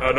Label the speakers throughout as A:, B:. A: An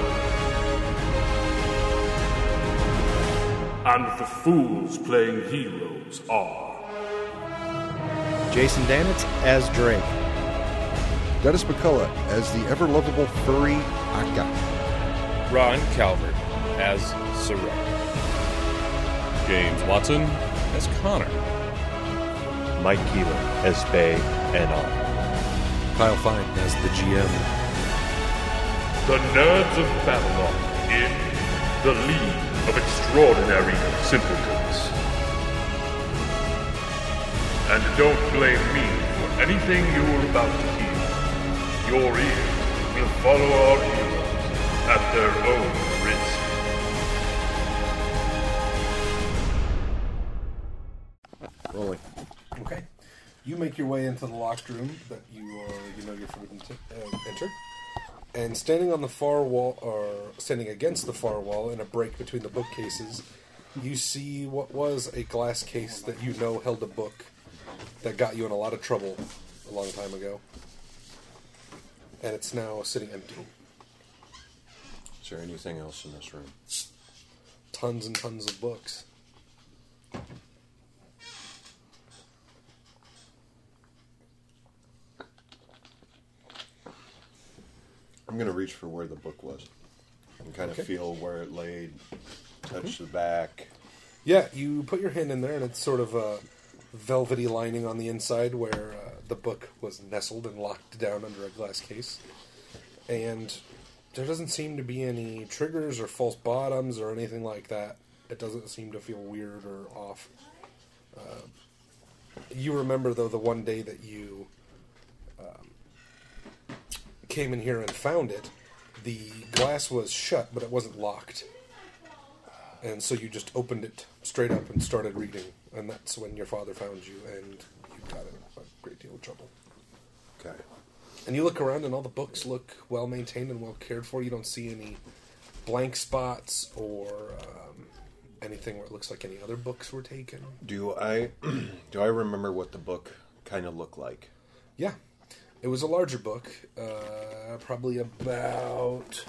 A: and the fools playing heroes are.
B: Jason Danitz as Drake.
C: Dennis McCullough as the ever lovable furry Akka.
D: Ron Calvert as Sorek. James Watson as Connor.
E: Mike Keeler as Bay and on.
F: Kyle Fine as the GM.
A: The Nerds of Babylon in the League of Extraordinary Simpletons. And don't blame me for anything you're about to hear. Your ears will follow our heroes at their own risk.
C: Rolling.
G: Okay. You make your way into the locked room that you are, you know, you're forbidden to uh, enter. And standing on the far wall, or standing against the far wall, in a break between the bookcases, you see what was a glass case that you know held a book that got you in a lot of trouble a long time ago. And it's now sitting empty.
F: Is there anything else in this room?
G: Tons and tons of books.
E: I'm gonna reach for where the book was and kind
G: Okay.
E: of feel where it laid, touch the back.
G: Yeah, you put your hand in there, and it's sort of a velvety lining on the inside where uh, the book was nestled and locked down under a glass case. And there doesn't seem to be any triggers or false bottoms or anything like that. It doesn't seem to feel weird or off. Uh, you remember, though, the one day that you um, came in here and found it, the glass was shut, but it wasn't locked and so you just opened it straight up and started reading, and that's when your father found you, and you got in a great deal of trouble.
E: Okay.
G: And you look around, and all the books look well maintained and well cared for. You don't see any blank spots or um, anything where it looks like any other books were taken.
E: Do I do I remember what the book kind of looked like?
G: Yeah, it was a larger book, uh, probably about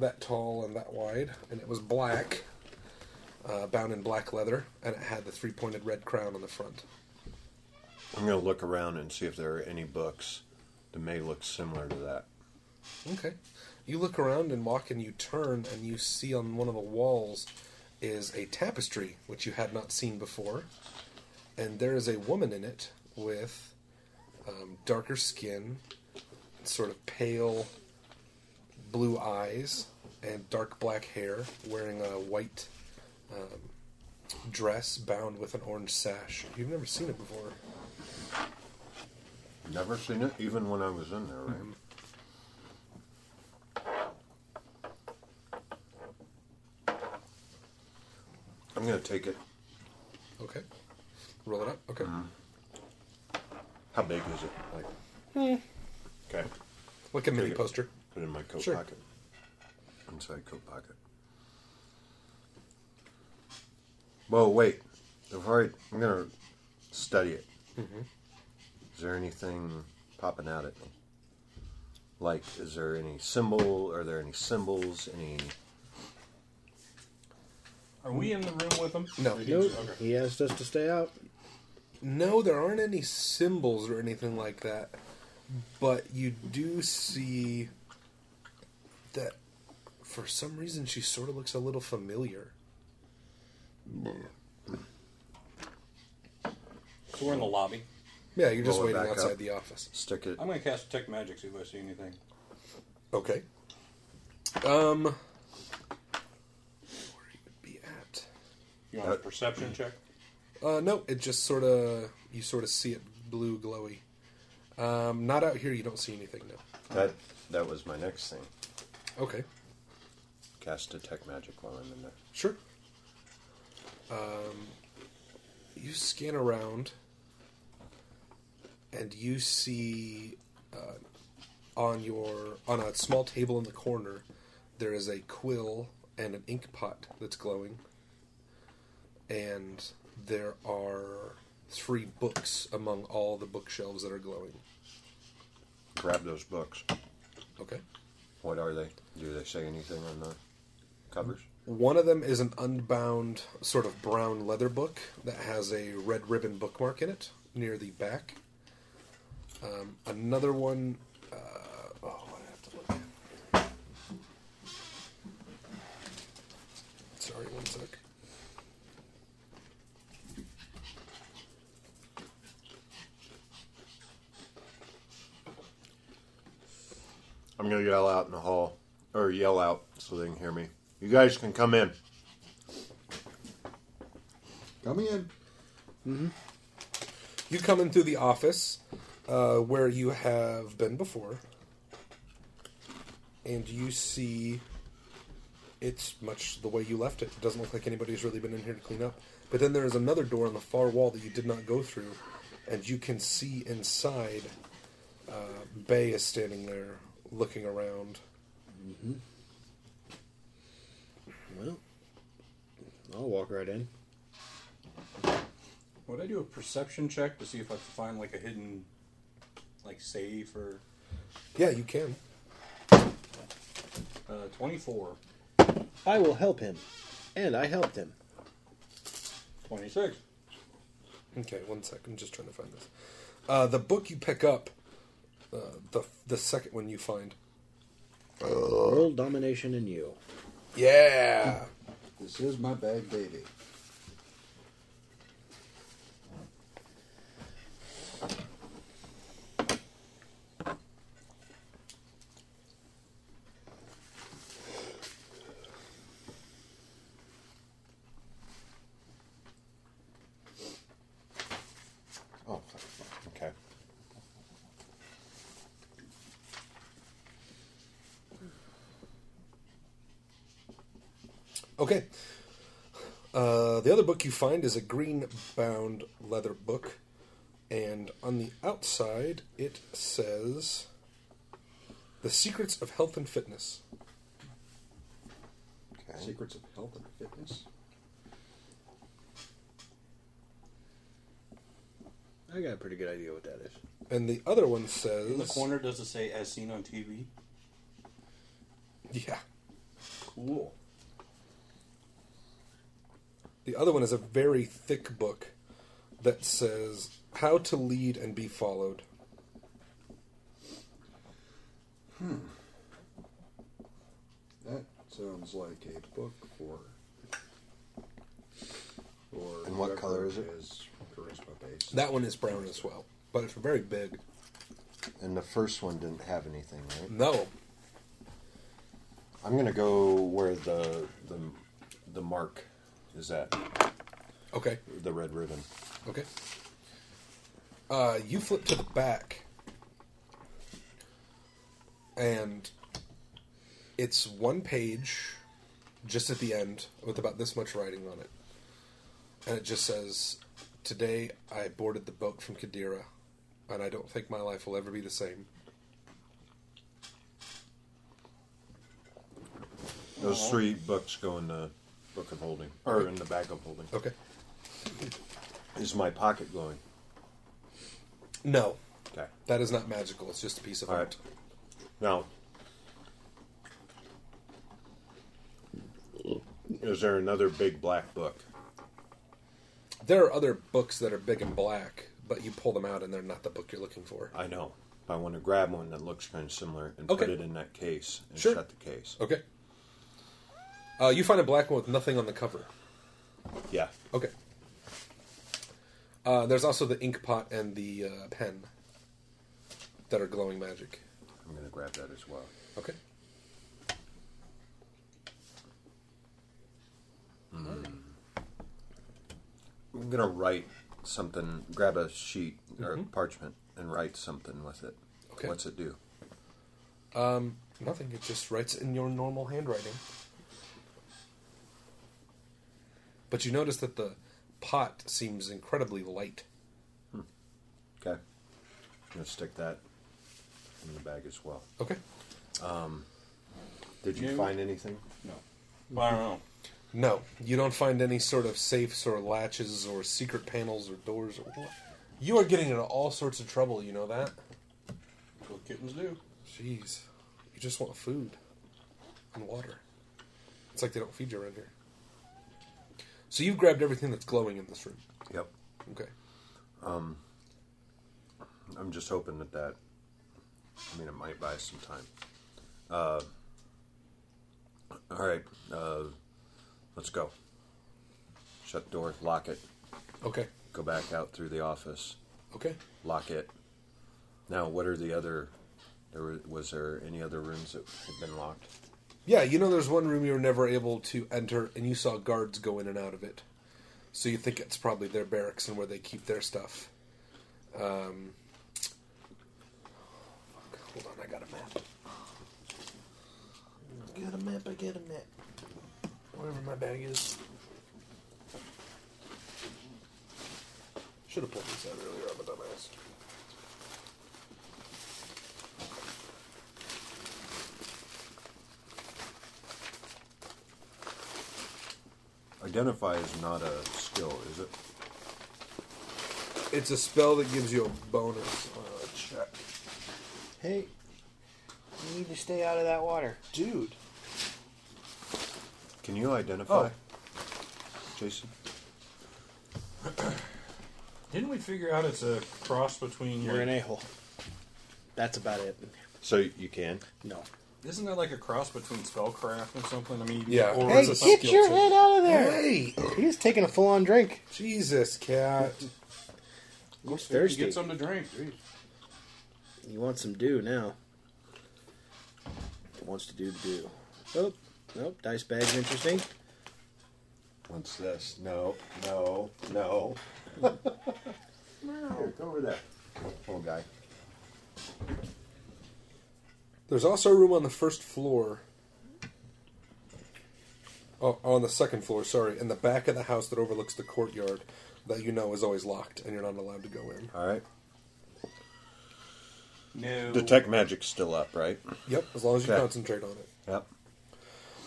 G: that tall and that wide, and it was black, uh, bound in black leather, and it had the three pointed red crown on the front.
E: I'm gonna look around and see if there are any books that may look similar to that.
G: Okay. You look around and walk, and you turn, and you see on one of the walls is a tapestry which you had not seen before, and there is a woman in it with um, darker skin, sort of pale blue eyes, and dark black hair, wearing a white um, dress bound with an orange sash. You've never seen it before.
E: Never seen it, even when I was in there, right? I'm gonna take it.
G: Okay. Roll it up. Okay.
E: How big is it? Like, okay,
G: Like a mini
E: it.
G: poster.
E: put it in my coat
G: Sure.
E: pocket, inside coat pocket. Whoa, wait! Before I, I'm gonna study it. Is there anything popping out at me? Like, is there any symbol? Are there any symbols? Any?
H: Are we in the room with them?
G: No.
B: Nope. He asked us to stay out.
G: No, there aren't any symbols or anything like that. But you do see that for some reason she sort of looks a little familiar.
I: So we're in the lobby.
G: Yeah, you're just
E: Roll it
G: waiting
E: back
G: outside
E: up.
G: the office.
E: Stick it.
I: I'm going to cast Detect Magic, see if I see anything.
G: Okay. Um. Where he would be at?
I: You want a perception check?
G: Uh, no, it just sort of you sort of see it blue glowy. Um, not out here. You don't see anything. No.
E: That that was my next thing.
G: Okay.
E: Cast detect magic while I'm in there.
G: Sure. Um, you scan around, and you see uh, on your on a small table in the corner there is a quill and an ink pot that's glowing, and there are three books among all the bookshelves that are glowing.
E: Grab those books.
G: Okay.
E: What are they? Do they say anything on the covers?
G: One of them is an unbound sort of brown leather book that has a red ribbon bookmark in it near the back. Um, another one. Uh, oh, what do I have to look at? Sorry, one sec.
E: I'm gonna yell out in the hall, or yell out so they can hear me. You guys can come in.
C: Come in.
G: You come in through the office uh, where you have been before, and you see it's much the way you left it. It doesn't look like anybody's really been in here to clean up. But then there is another door on the far wall that you did not go through, and you can see inside. Uh, Bay is standing there looking around.
B: Well, I'll walk right in.
I: Would I do a perception check to see if I could find like a hidden, like safe or
G: Yeah, you can.
I: uh, 24,
B: I will help him. And I helped him.
I: 26?
G: Okay, one sec. I'm just trying to find this. Uh, the book you pick up, uh, the the second one you find.
B: World domination and you.
G: Yeah.
C: This is my bag, baby.
E: Oh, okay.
G: Okay. Uh, the other book you find is a green bound leather book, and on the outside it says The Secrets of Health and Fitness.
E: Okay.
C: Secrets of health and fitness.
B: I got a pretty good idea what that is.
G: And the other one
I: In the
G: says
I: corner, does it say as seen on TV?
G: Yeah.
I: Cool.
G: The other one is a very thick book that says How to Lead and Be Followed.
C: That sounds like a book for. Or
E: And what color is it?
C: Is charisma based.
G: That one is brown as well, but it's very big.
E: And the first one didn't have anything, right?
G: No.
E: I'm gonna go where the the the mark is at
G: Okay.
E: the red ribbon.
G: Okay. Uh, you flip to the back, and it's one page, just at the end, with about this much writing on it, and it just says, "Today I boarded the boat from Kadira, and I don't think my life will ever be the same."
E: Those three books go in the book of holding, or in the bag of holding.
G: Okay.
E: Is my pocket glowing?
G: No,
E: Okay.
G: that is not magical. It's just a piece of
E: All
G: art.
E: right. Now, is there another big black book?
G: There are other books that are big and black, but you pull them out, and they're not the book you're looking for.
E: I know. I want to grab one that looks kind of similar and put
G: Okay.
E: it in that case and
G: Sure.
E: shut the case.
G: Okay. Uh, you find a black one with nothing on the cover.
E: Yeah.
G: Okay. Uh, there's also the ink pot and the uh, pen that are glowing magic.
E: I'm going to grab that as well.
G: Okay.
E: I'm going to write something, grab a sheet or
G: Mm-hmm.
E: parchment and write something with it.
G: Okay.
E: What's it do?
G: Um, nothing. It just writes in your normal handwriting. But you notice that the pot seems incredibly light.
E: Okay. I'm going to stick that in the bag as well.
G: Okay.
E: Did you
I: You-
E: find anything?
I: No. I don't know.
G: No, you don't find any sort of safes or latches or secret panels or doors. Or you are getting into all sorts of trouble. You know that.
I: That's what kittens do.
G: Jeez, you just want food and water. It's like they don't feed you around here. So you've grabbed everything that's glowing in this room.
E: Yep.
G: Okay.
E: I'm just hoping that that. I mean, it might buy us some time. Uh, all right, uh, let's go. Shut the door, lock it,
G: Okay.
E: go back out through the office,
G: Okay.
E: lock it. Now, what are the other? There were, was there any other rooms that had been locked?
G: Yeah, you know, there's one room you were never able to enter, and you saw guards go in and out of it. So you think it's probably their barracks and where they keep their stuff. Um, fuck, hold on, I got a map. I got a map, I got a map. Wherever my bag is. Should have pulled this out earlier, I'm a dumbass.
E: Identify is not a skill, is it?
G: It's a spell that gives you a bonus. Uh, check.
B: Hey, you need to stay out of that water. Dude.
E: Can you identify,
G: Oh.
E: Jason?
I: Didn't we figure out it's a cross between?
B: You're an
I: like,
B: a hole. That's about it.
E: So you can.
B: No.
I: isn't there like a cross between spellcraft and something? I mean,
G: Yeah.
I: Or
G: Hey,
I: is it
G: get
I: skill
G: your
I: too?
B: head out of there!
G: Hey!
B: He's taking a full on drink.
G: Jesus, cat.
B: He's
I: You
B: thirsty.
I: get something to drink. Jeez.
B: You want some dew now. Wants to do the dew. Oh, nope. Dice bag's interesting.
E: What's this? No, no, no. Here, go over there, little guy.
G: There's also a room on the first floor. Oh, on the second floor, sorry, in the back of the house that overlooks the courtyard that you know is always locked and you're not allowed to go in.
E: All right.
I: No.
E: Detect magic's still up, right?
G: Yep, as long as you
E: Okay.
G: concentrate on it.
E: Yep.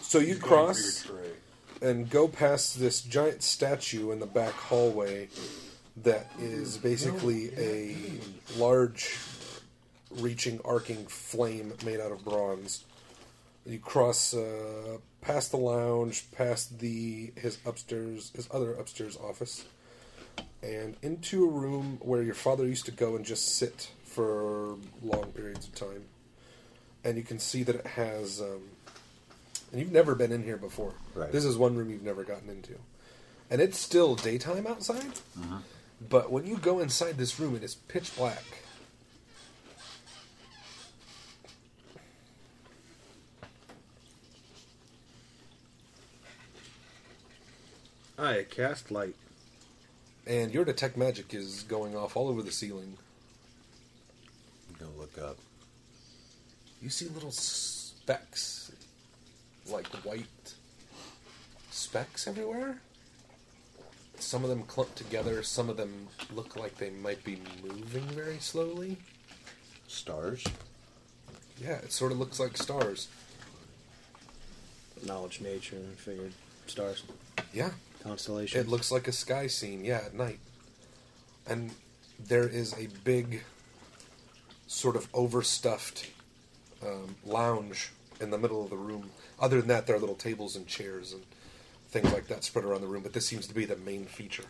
G: So you
I: Going for your
G: cross
I: tray.
G: and go past this giant statue in the back hallway that is basically a large reaching arcing flame made out of bronze you cross uh, past the lounge past the his upstairs his other upstairs office and into a room where your father used to go and just sit for long periods of time and you can see that it has um, and you've never been in here before
E: Right.
G: this is one room you've never gotten into and it's still daytime outside but when you go inside this room it is pitch black
B: I cast light.
G: and your detect magic is going off all over the ceiling
E: I'm gonna look up.
G: you see little specks, like white specks everywhere. Some of them clump together, some of them look like they might be moving very slowly.
E: Stars.
G: Yeah, it sort of looks like stars.
B: Knowledge, nature, and figured stars,
G: Yeah,
B: constellations.
G: it looks like a sky scene, yeah, at night. And there is a big, sort of overstuffed um, lounge in the middle of the room. Other than that, there are little tables and chairs and things like that spread around the room, but this seems to be the main feature.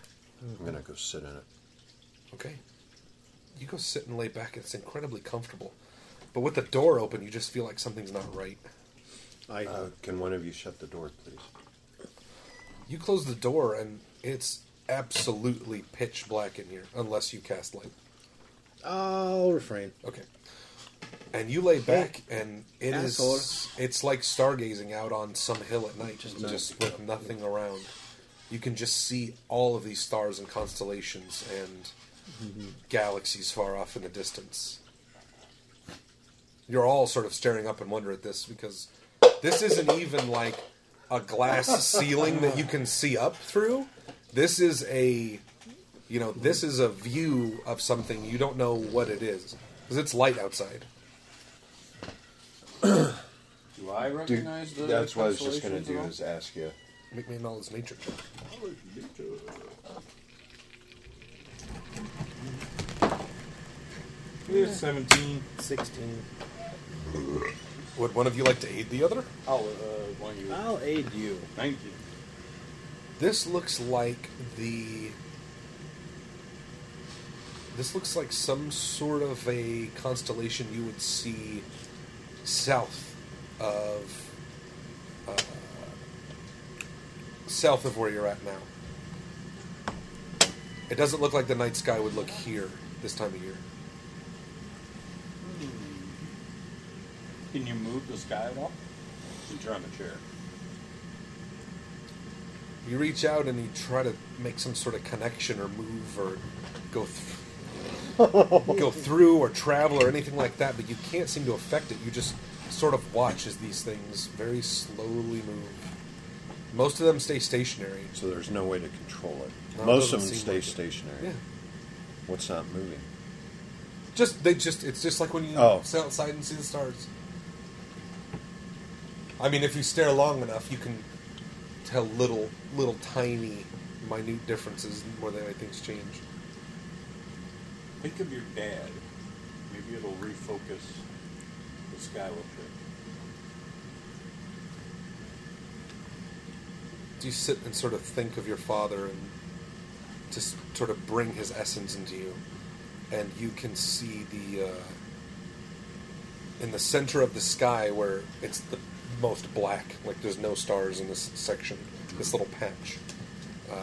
E: I'm gonna go sit in it.
G: Okay. you go sit and lay back, and it's incredibly comfortable. But with the door open, you just feel like something's not right.
E: I uh, can one of you shut the door, please?
G: You close the door, and it's absolutely pitch black in here, unless you cast light.
B: I'll refrain.
G: Okay. And you lay back, and it is- It's like stargazing out on some hill at night, just, with nothing around. You can just see all of these stars and constellations and galaxies far off in the distance. You're all sort of staring up in wonder at this because this isn't even like a glass ceiling that you can see up through. This is a, you know, this is a view of something you don't know what it is because it's light outside.
I: Do I recognize the?
E: that's what I was just going
I: constellations
E: to do
I: at all?
E: is ask you.
G: Make me an knowledge nature check.
I: Yeah, Seventeen.
B: 16.
G: Would one of you like to aid the other?
I: I'll uh, one you.
B: I'll aid you.
I: Thank you.
G: This looks like the. This looks like some sort of a constellation you would see south of. Uh, south of where you're at now. It doesn't look like the night sky would look here this time of year.
I: Can you move this guy at all? Since you're on the chair.
G: You reach out and you try to make some sort of connection or move or go through. go through or travel or anything like that, but you can't seem to affect it. You just sort of watch as these things very slowly move. Most of them stay stationary.
E: So there's no way to control it.
G: No, it
E: Most
G: doesn't
E: of them
G: seem
E: stay
G: like it.
E: stationary.
G: Yeah,
E: What's not moving?
G: just they just it's just like when you
E: Oh.
G: sit outside and see the stars. I mean, if you stare long enough, you can tell little, little tiny, minute differences in where the way things change.
I: Think of your dad. Maybe it'll refocus the skywalker.
G: Do you sit and sort of think of your father and just sort of bring his essence into you? And you can see the, uh, in the center of the sky where it's the most black, like there's no stars in this section, this little patch. Uh,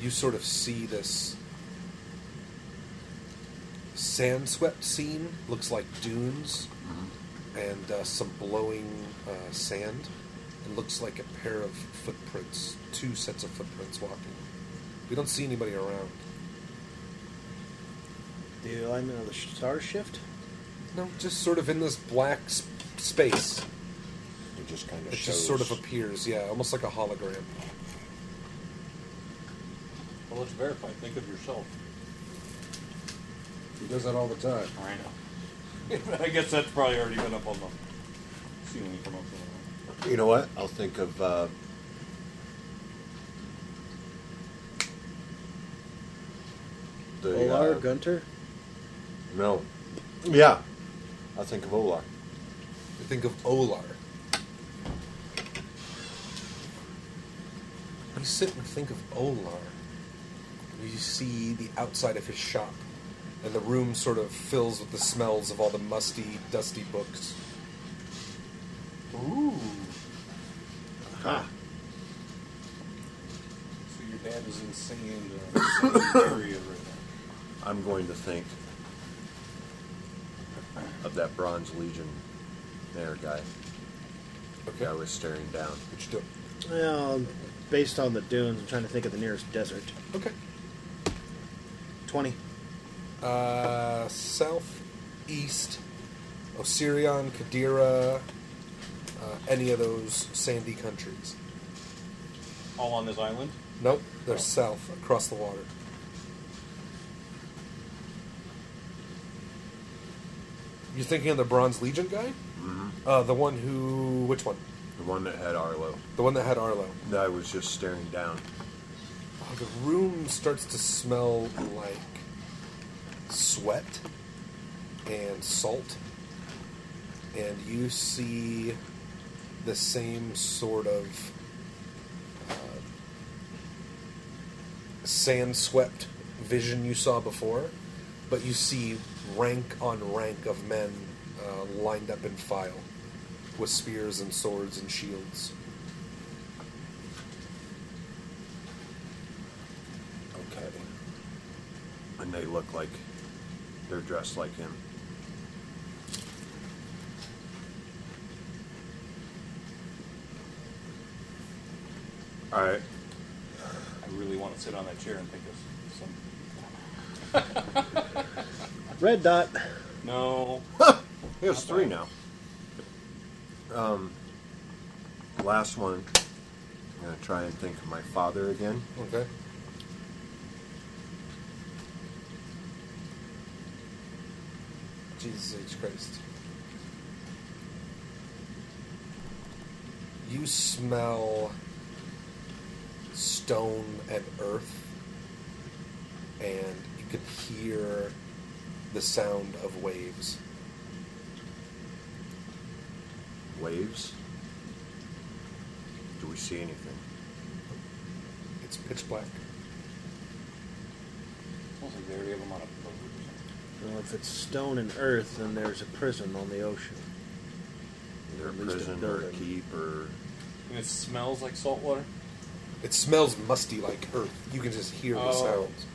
G: you sort of see this sand swept scene, looks like dunes, and uh, some blowing uh, sand. It looks like a pair of footprints, two sets of footprints walking. We don't see anybody around.
B: The alignment of the sh- star shift?
G: No, just sort of in this black s- space.
E: It just kind of
G: It
E: shows.
G: just sort of appears, yeah, almost like a hologram.
I: Well, let's verify. Think of yourself.
C: He does that all the time.
I: I know. I guess that's probably already been up on the ceiling from up there.
E: You know what? I'll think of. Uh, the,
B: Olar
E: uh,
B: Gunter?
E: No. Yeah. I'll think of Olar.
G: You think of Olar. You sit and think of Olar. You see the outside of his shop, and the room sort of fills with the smells of all the musty, dusty books.
I: Ooh. So your dad is in sand uh, area right now.
E: I'm going to think of that Bronze Legion there guy. Okay. I was staring down.
G: What you doing?
B: Well, based on the dunes, I'm trying to think of the nearest desert.
G: Okay.
B: 20.
G: Uh, south, east, Osirion, Kadira, uh, any of those sandy countries.
I: All on this island.
G: Nope, they're south, across the water. You're thinking of the Bronze Legion guy? Uh, the one who. Which one?
E: The one that had Arlo.
G: The one that had Arlo.
E: That I was just staring down.
G: Oh, the room starts to smell like sweat and salt, and you see the same sort of uh, sand swept vision you saw before, but you see rank on rank of men uh, lined up in file with spears and swords and shields.
E: Okay. And they look like they're dressed like him. All right.
I: I really want to sit on that chair and think of some.
E: Red dot.
I: No.
E: He has three now. Um, last one. I'm gonna try and think of my father again.
G: Okay. Jesus H. Christ. You smell stone and earth, and you can hear the sound of waves.
E: Waves. Do we see anything?
G: It's pitch black.
I: Sounds like they already have them on a boat or something.
B: Well, if it's stone and earth, then there's a prison on the ocean.
E: Either
B: Or
E: a
B: at least a
E: prison or a
B: building.
E: keep or
I: And it smells like salt water.
G: It smells musty like earth. You can just hear the
I: Oh.
G: sounds.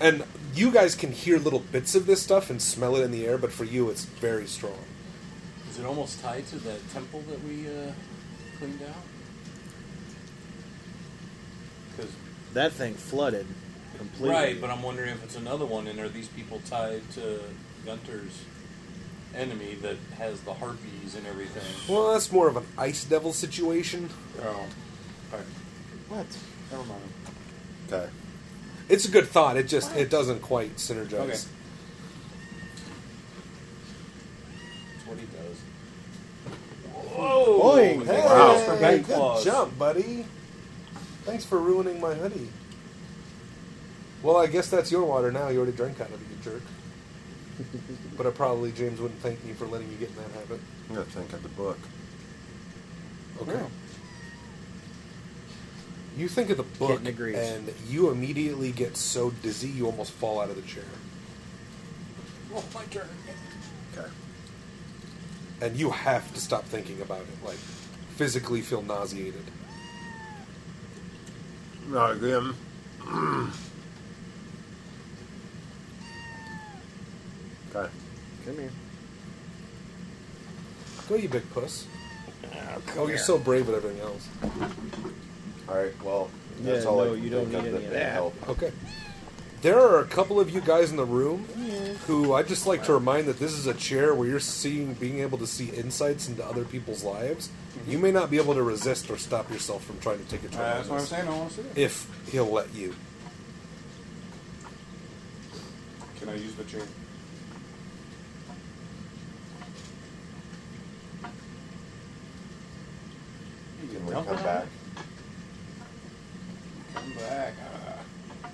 G: And you guys can hear little bits of this stuff and smell it in the air, but for you, it's very strong.
I: Is it almost tied to that temple that we uh, cleaned out? Because
B: That thing flooded completely.
I: right, but I'm wondering if it's another one, and are these people tied to Gunter's enemy that has the harpies and everything?
G: Well, that's more of an ice devil situation.
I: Oh, all right.
B: What?
I: Never mind.
E: okay.
G: It's a good thought. It just it doesn't quite synergize.
I: Okay. That's what he does. Whoa!
G: Boing! Hey,
I: Wow. For Bang
G: good
I: Claws.
G: jump, buddy. Thanks for ruining my hoodie. Well, I guess that's your water now. You already drank out of it, you jerk. but I probably James wouldn't thank me for letting you get in that habit.
E: I'm gonna think of the book.
G: Okay. You think of the book,
B: Getting agrees.
G: and you immediately get so dizzy you almost fall out of the chair,
I: Oh, my turn.
E: Okay.
G: and you have to stop thinking about it. Like, physically feel nauseated.
E: Not again. okay.
B: Come here.
G: Go, you big puss. Oh, you're so brave with everything else.
E: All right. Well, that's
B: Yeah,
E: all
B: no,
E: I can
B: you don't
E: think
B: need
E: of
B: any
E: that may
B: of that.
E: help.
G: Okay. There are a couple of you guys in the room who I'd just like to remind that this is a chair where you're seeing, being able to see insights into other people's lives. You may not be able to resist or stop yourself from trying to take a turn. on
I: Mm-hmm. Uh, that's what I'm
G: this,
I: saying. I want to see it.
G: If he'll let you.
I: Can I use the chair?
E: Can we come back?
I: Come back. Ah,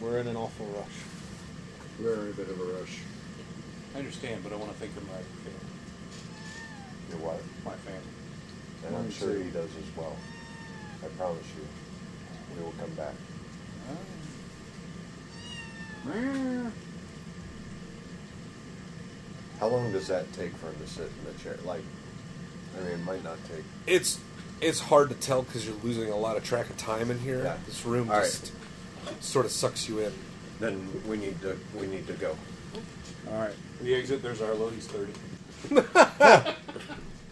B: We're in an awful rush.
C: We're in a bit of a rush.
I: I understand, but I want to think of my family.
E: Your wife.
I: My family.
E: And I'm sure he does as well. I promise you. We will come back.
B: Ah.
E: How long does that take for him to sit in the chair? Like, I mean, it might not take.
G: It's it's hard to tell because you're losing a lot of track of time in here.
E: Yeah.
G: This room
E: All right.
G: just sort of sucks you in.
E: Then we need to we need to go.
I: All right. The exit. There's our load. He's thirty.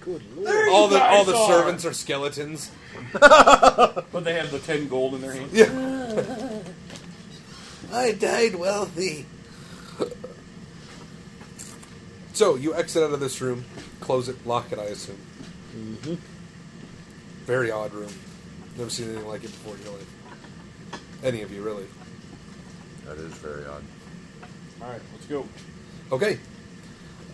B: Good lord.
G: all the all the
I: guys are.
G: servants are skeletons.
I: But they have the ten gold in their hand.
G: I died wealthy. so you exit out of this room, close it, lock it. I assume. Mm-hmm. Very odd room. Never seen anything like it before in your life. Any of you really?
E: That is very odd.
I: All right. Let's go.
G: Okay.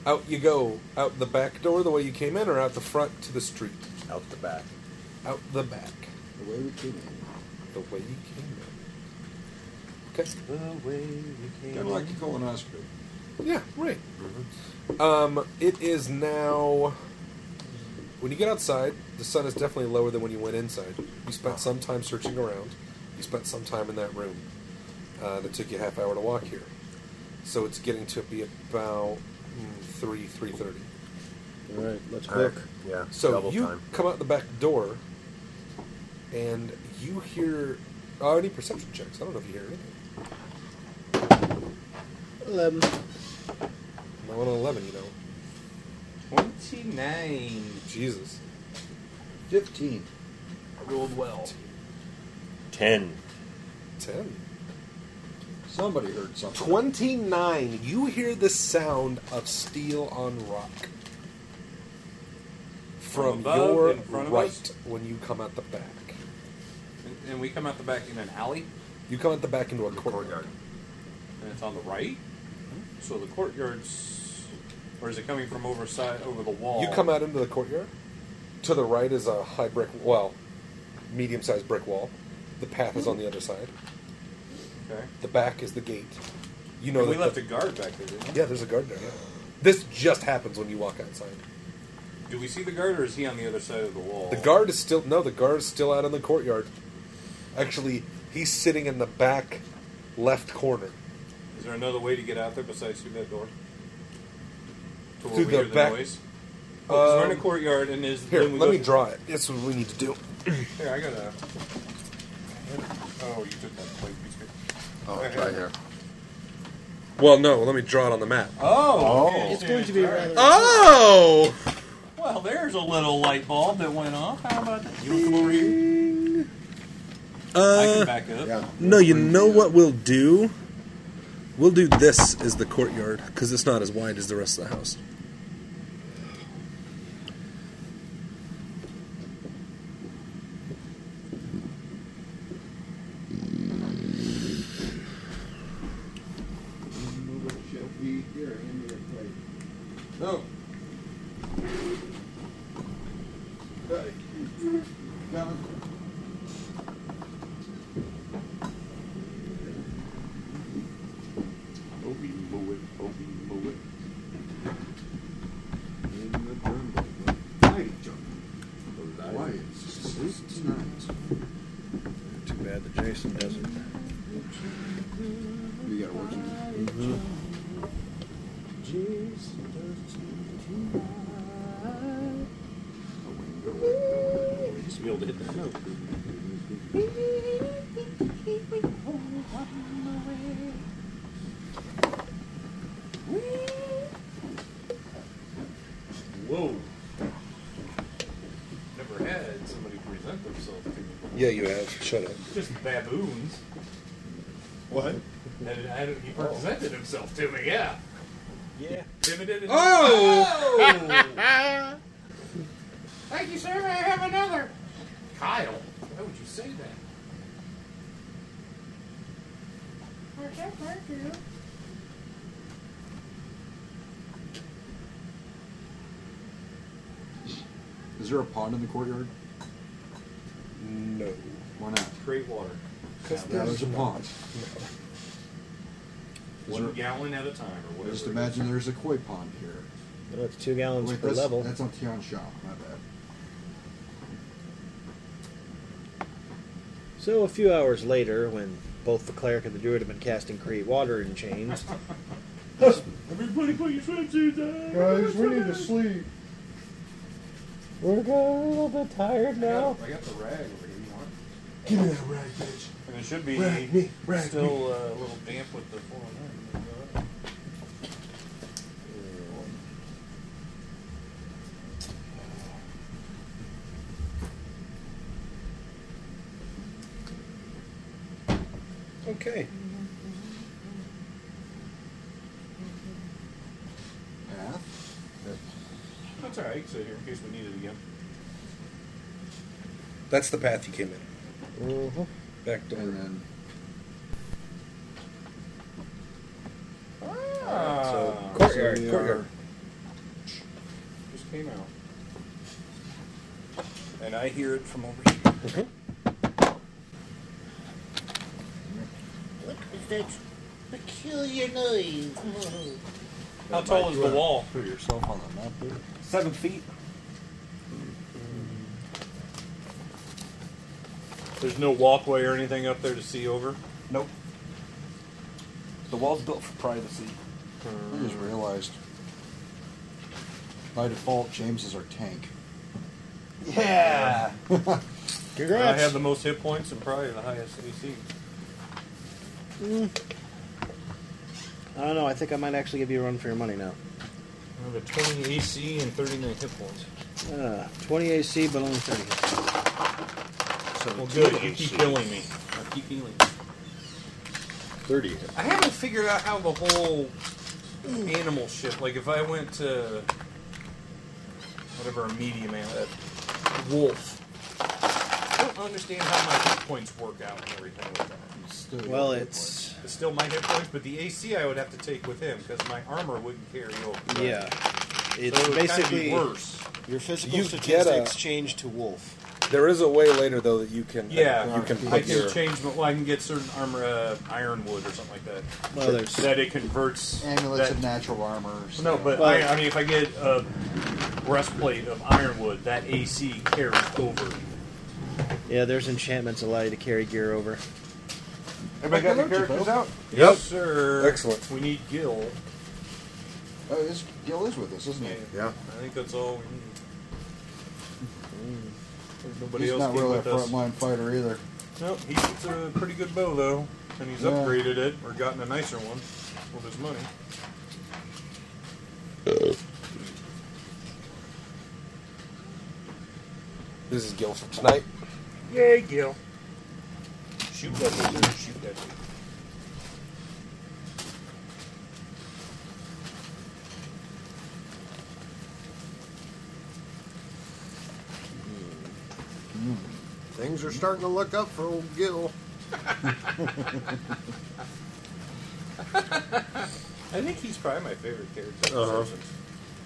G: Out you go. Out the back door, the way you came in, or out the front to the street.
E: Out the back.
G: Out the back,
C: The way we came in.
G: the way you came in. Okay.
C: Kind of like a colonoscopy.
G: Yeah, right. Um, it is now. When you get outside, the sun is definitely lower than when you went inside. You spent some time searching around. You spent some time in that room. Uh, that took you a half hour to walk here. So it's getting to be about mm, three three thirty.
E: All right, let's book. yeah,
G: So
E: double
G: you
E: time.
G: come out the back door, and you hear. Oh, I need perception checks. I don't know if you hear anything.
J: Eleven.
G: No one eleven, you know.
I: 29.
G: Jesus.
K: Fifteen.
I: Rolled well.
E: Ten.
G: Ten.
K: Somebody heard something.
G: 29. You hear the sound of steel on rock. From,
I: From above,
G: your
I: in front of us?
G: right when you come out the back.
I: And, and we come out the back in an alley,
G: You come out the back into a courtyard.
E: Courtyard.
I: and it's on the right. So the courtyard's. Or is it coming from overside, over the wall?
G: You come out into the courtyard. To the right is a high brick, well, medium sized brick wall. The path is on the other side.
I: Okay.
G: The back is the gate. You know
I: And we
G: that
I: left
G: the-
I: a guard back there, didn't we?
G: Yeah, there's a guard there. yeah. This just happens when you walk outside.
I: Do we see the guard, or is he on the other side of the wall?
G: The guard is still no. The guard is still out in the courtyard. Actually, he's sitting in the back left corner
I: Is there another way to get out there besides through that door? To where
G: Through
I: we
G: the
I: hear the
G: back-
I: noise? Oh, 'cause we're in
G: Um,
I: a courtyard, and is
G: Here,
I: then we
G: let
I: go
G: me draw it. That's what we need to do.
I: Here, I got a. Oh, you took that plate piece.
E: Oh, right here.
G: Well, no, let me draw it on the map.
I: Oh,
J: It's going to be rather.
G: Oh!
I: Well, there's a little light bulb that went off. How about that? You want to come over here? I
G: Uh,
I: can back up.
K: Yeah.
L: No, you know what we'll do? We'll do this as the courtyard because it's not as wide as the rest of the house.
K: No.
M: Too bad that Jason doesn't.
K: You gotta work
I: Just be able to hit that note. Whoa. Never had somebody present themselves to me.
G: Yeah, you have. Shut up.
I: Just baboons.
K: What?
I: And I don't- he presented himself to me, yeah.
J: Yeah.
I: Intimidated.
G: Oh!
I: Thank you, sir. I have another. Kyle, why would you say that?
K: Is there a pond in the courtyard?
G: No.
K: Why not?
I: Great water.
K: That was a pond. Is
I: One
K: there-
I: gallon at a time, or whatever.
K: Just
I: it is.
K: imagine there's a koi pond here.
J: No, it's two gallons
K: Wait,
J: per
K: that's,
J: level.
K: that's on Tiansha. My bad.
J: So a few hours later, when both the cleric and the druid have been casting create water in chains,
N: Everybody put your swimsuits on.
K: sleep.
J: we're a little bit tired
I: I got, I got the rag over here. You want it?
K: Give me that rag, bitch.
I: And it should be
K: Rag me, rag
I: still
K: me.
I: Uh, a little damp with the falling
G: Okay.
K: Path.
I: That's all right. So here, in case we need it again.
G: That's the path you came in.
L: Mm-hmm.
G: Back door.
K: And then
I: Ah,
G: Courtyard,
K: we
G: courtyard.
K: are-
I: just came out. And I hear it from over here.
J: What is that peculiar noise?
I: How tall is the wall?
M: Put yourself on the map there.
I: Seven feet. There's no walkway or anything up there to see over.
M: Nope.
O: The wall's built for privacy.
K: I just realized. By default, James is our tank.
O: Yeah.
I: Congrats. I have the most hit points and probably the highest AC.
J: I don't know. I think I might actually give you a run for your money now.
P: I have a 20 AC and 39 hit points.
J: Uh, 20 AC, but only 30.
P: well, good. You keep killing me. I keep healing.
E: 30.
I: I haven't figured out how the whole animal shit. Like if I went to whatever a medium animal, that wolf. I don't understand how my hit points work out and everything like that.
J: Well, it's
I: It's still my hit points, but the AC I would have to take with him because my armor wouldn't carry over.
J: yeah. It's
I: So it would kinda be
J: basically
I: worse.
J: Your physical
I: You
G: get a-
J: statistics change to wolf.
G: There is a way later though that you can
I: Yeah,
G: you can put
I: I can
G: your
I: change. My, well, I can get certain armor, uh, ironwood or something like that.
K: Well, there's-
I: that it converts
K: Amulets
I: that-
K: of natural armor.
I: No, but
K: Well-
I: I, I mean, if I get a breastplate of ironwood, that AC carries over.
J: Yeah, there's enchantments allow you to carry gear over.
K: Everybody got their characters out?
I: Yes, sir.
K: Excellent.
I: We need Gil.
K: Oh, this Gil is with us, isn't he?
I: I think that's all we need. Nobody
K: He's
I: else
K: not
I: came
K: really a
I: with us.
K: frontline fighter either.
I: Nope, he shoots a pretty good bow though, and he's
K: Yeah.
I: upgraded it or gotten a nicer one with his money.
G: This is Gil for tonight.
I: Yay, Gil! Shoot that dude! Shoot that dude!
E: Things are starting to look up for old Gil.
I: I think he's probably my favorite character.
E: Uh-huh.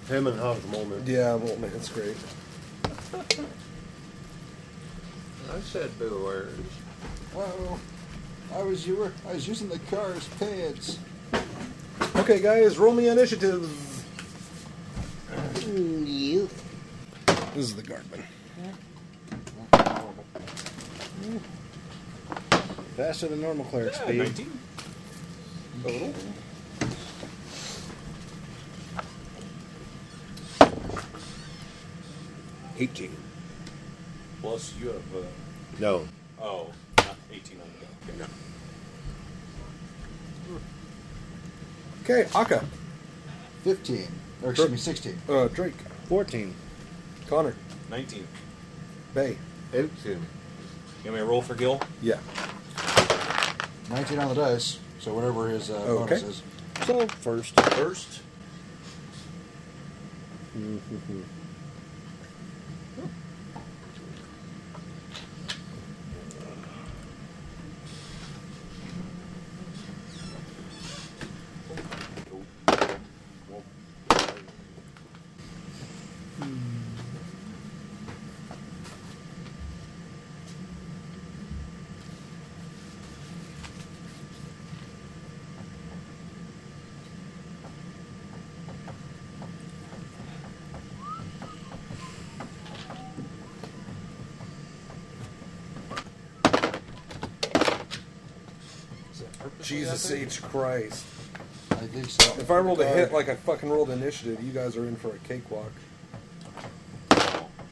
E: Him and Hans Molman.
G: Yeah, Molman, that's great.
E: I said boo words.
K: Whoa. I was you were I was using the car's pads.
G: Okay, guys, roll me initiative.
J: You.
G: This is the guardman.
J: Faster than normal cleric
I: Yeah,
J: speed.
I: 19. Total.
E: Eighteen.
I: Plus, you have. Uh,
E: No.
I: Oh, not 18 on the No.
G: Okay, Aka.
K: Fifteen. Or excuse me, sixteen.
G: Uh, Drake.
J: Fourteen.
G: Connor.
I: 19.
G: Bay.
E: Eighteen.
I: You want me to roll for Gil?
G: Yeah.
K: Nineteen on the dice, so whatever his uh, bonus
G: Okay.
K: is.
J: So first.
I: First.
G: Jesus H. Christ.
K: I think so.
G: If I rolled a hit like I fucking rolled initiative, you guys are in for a cakewalk.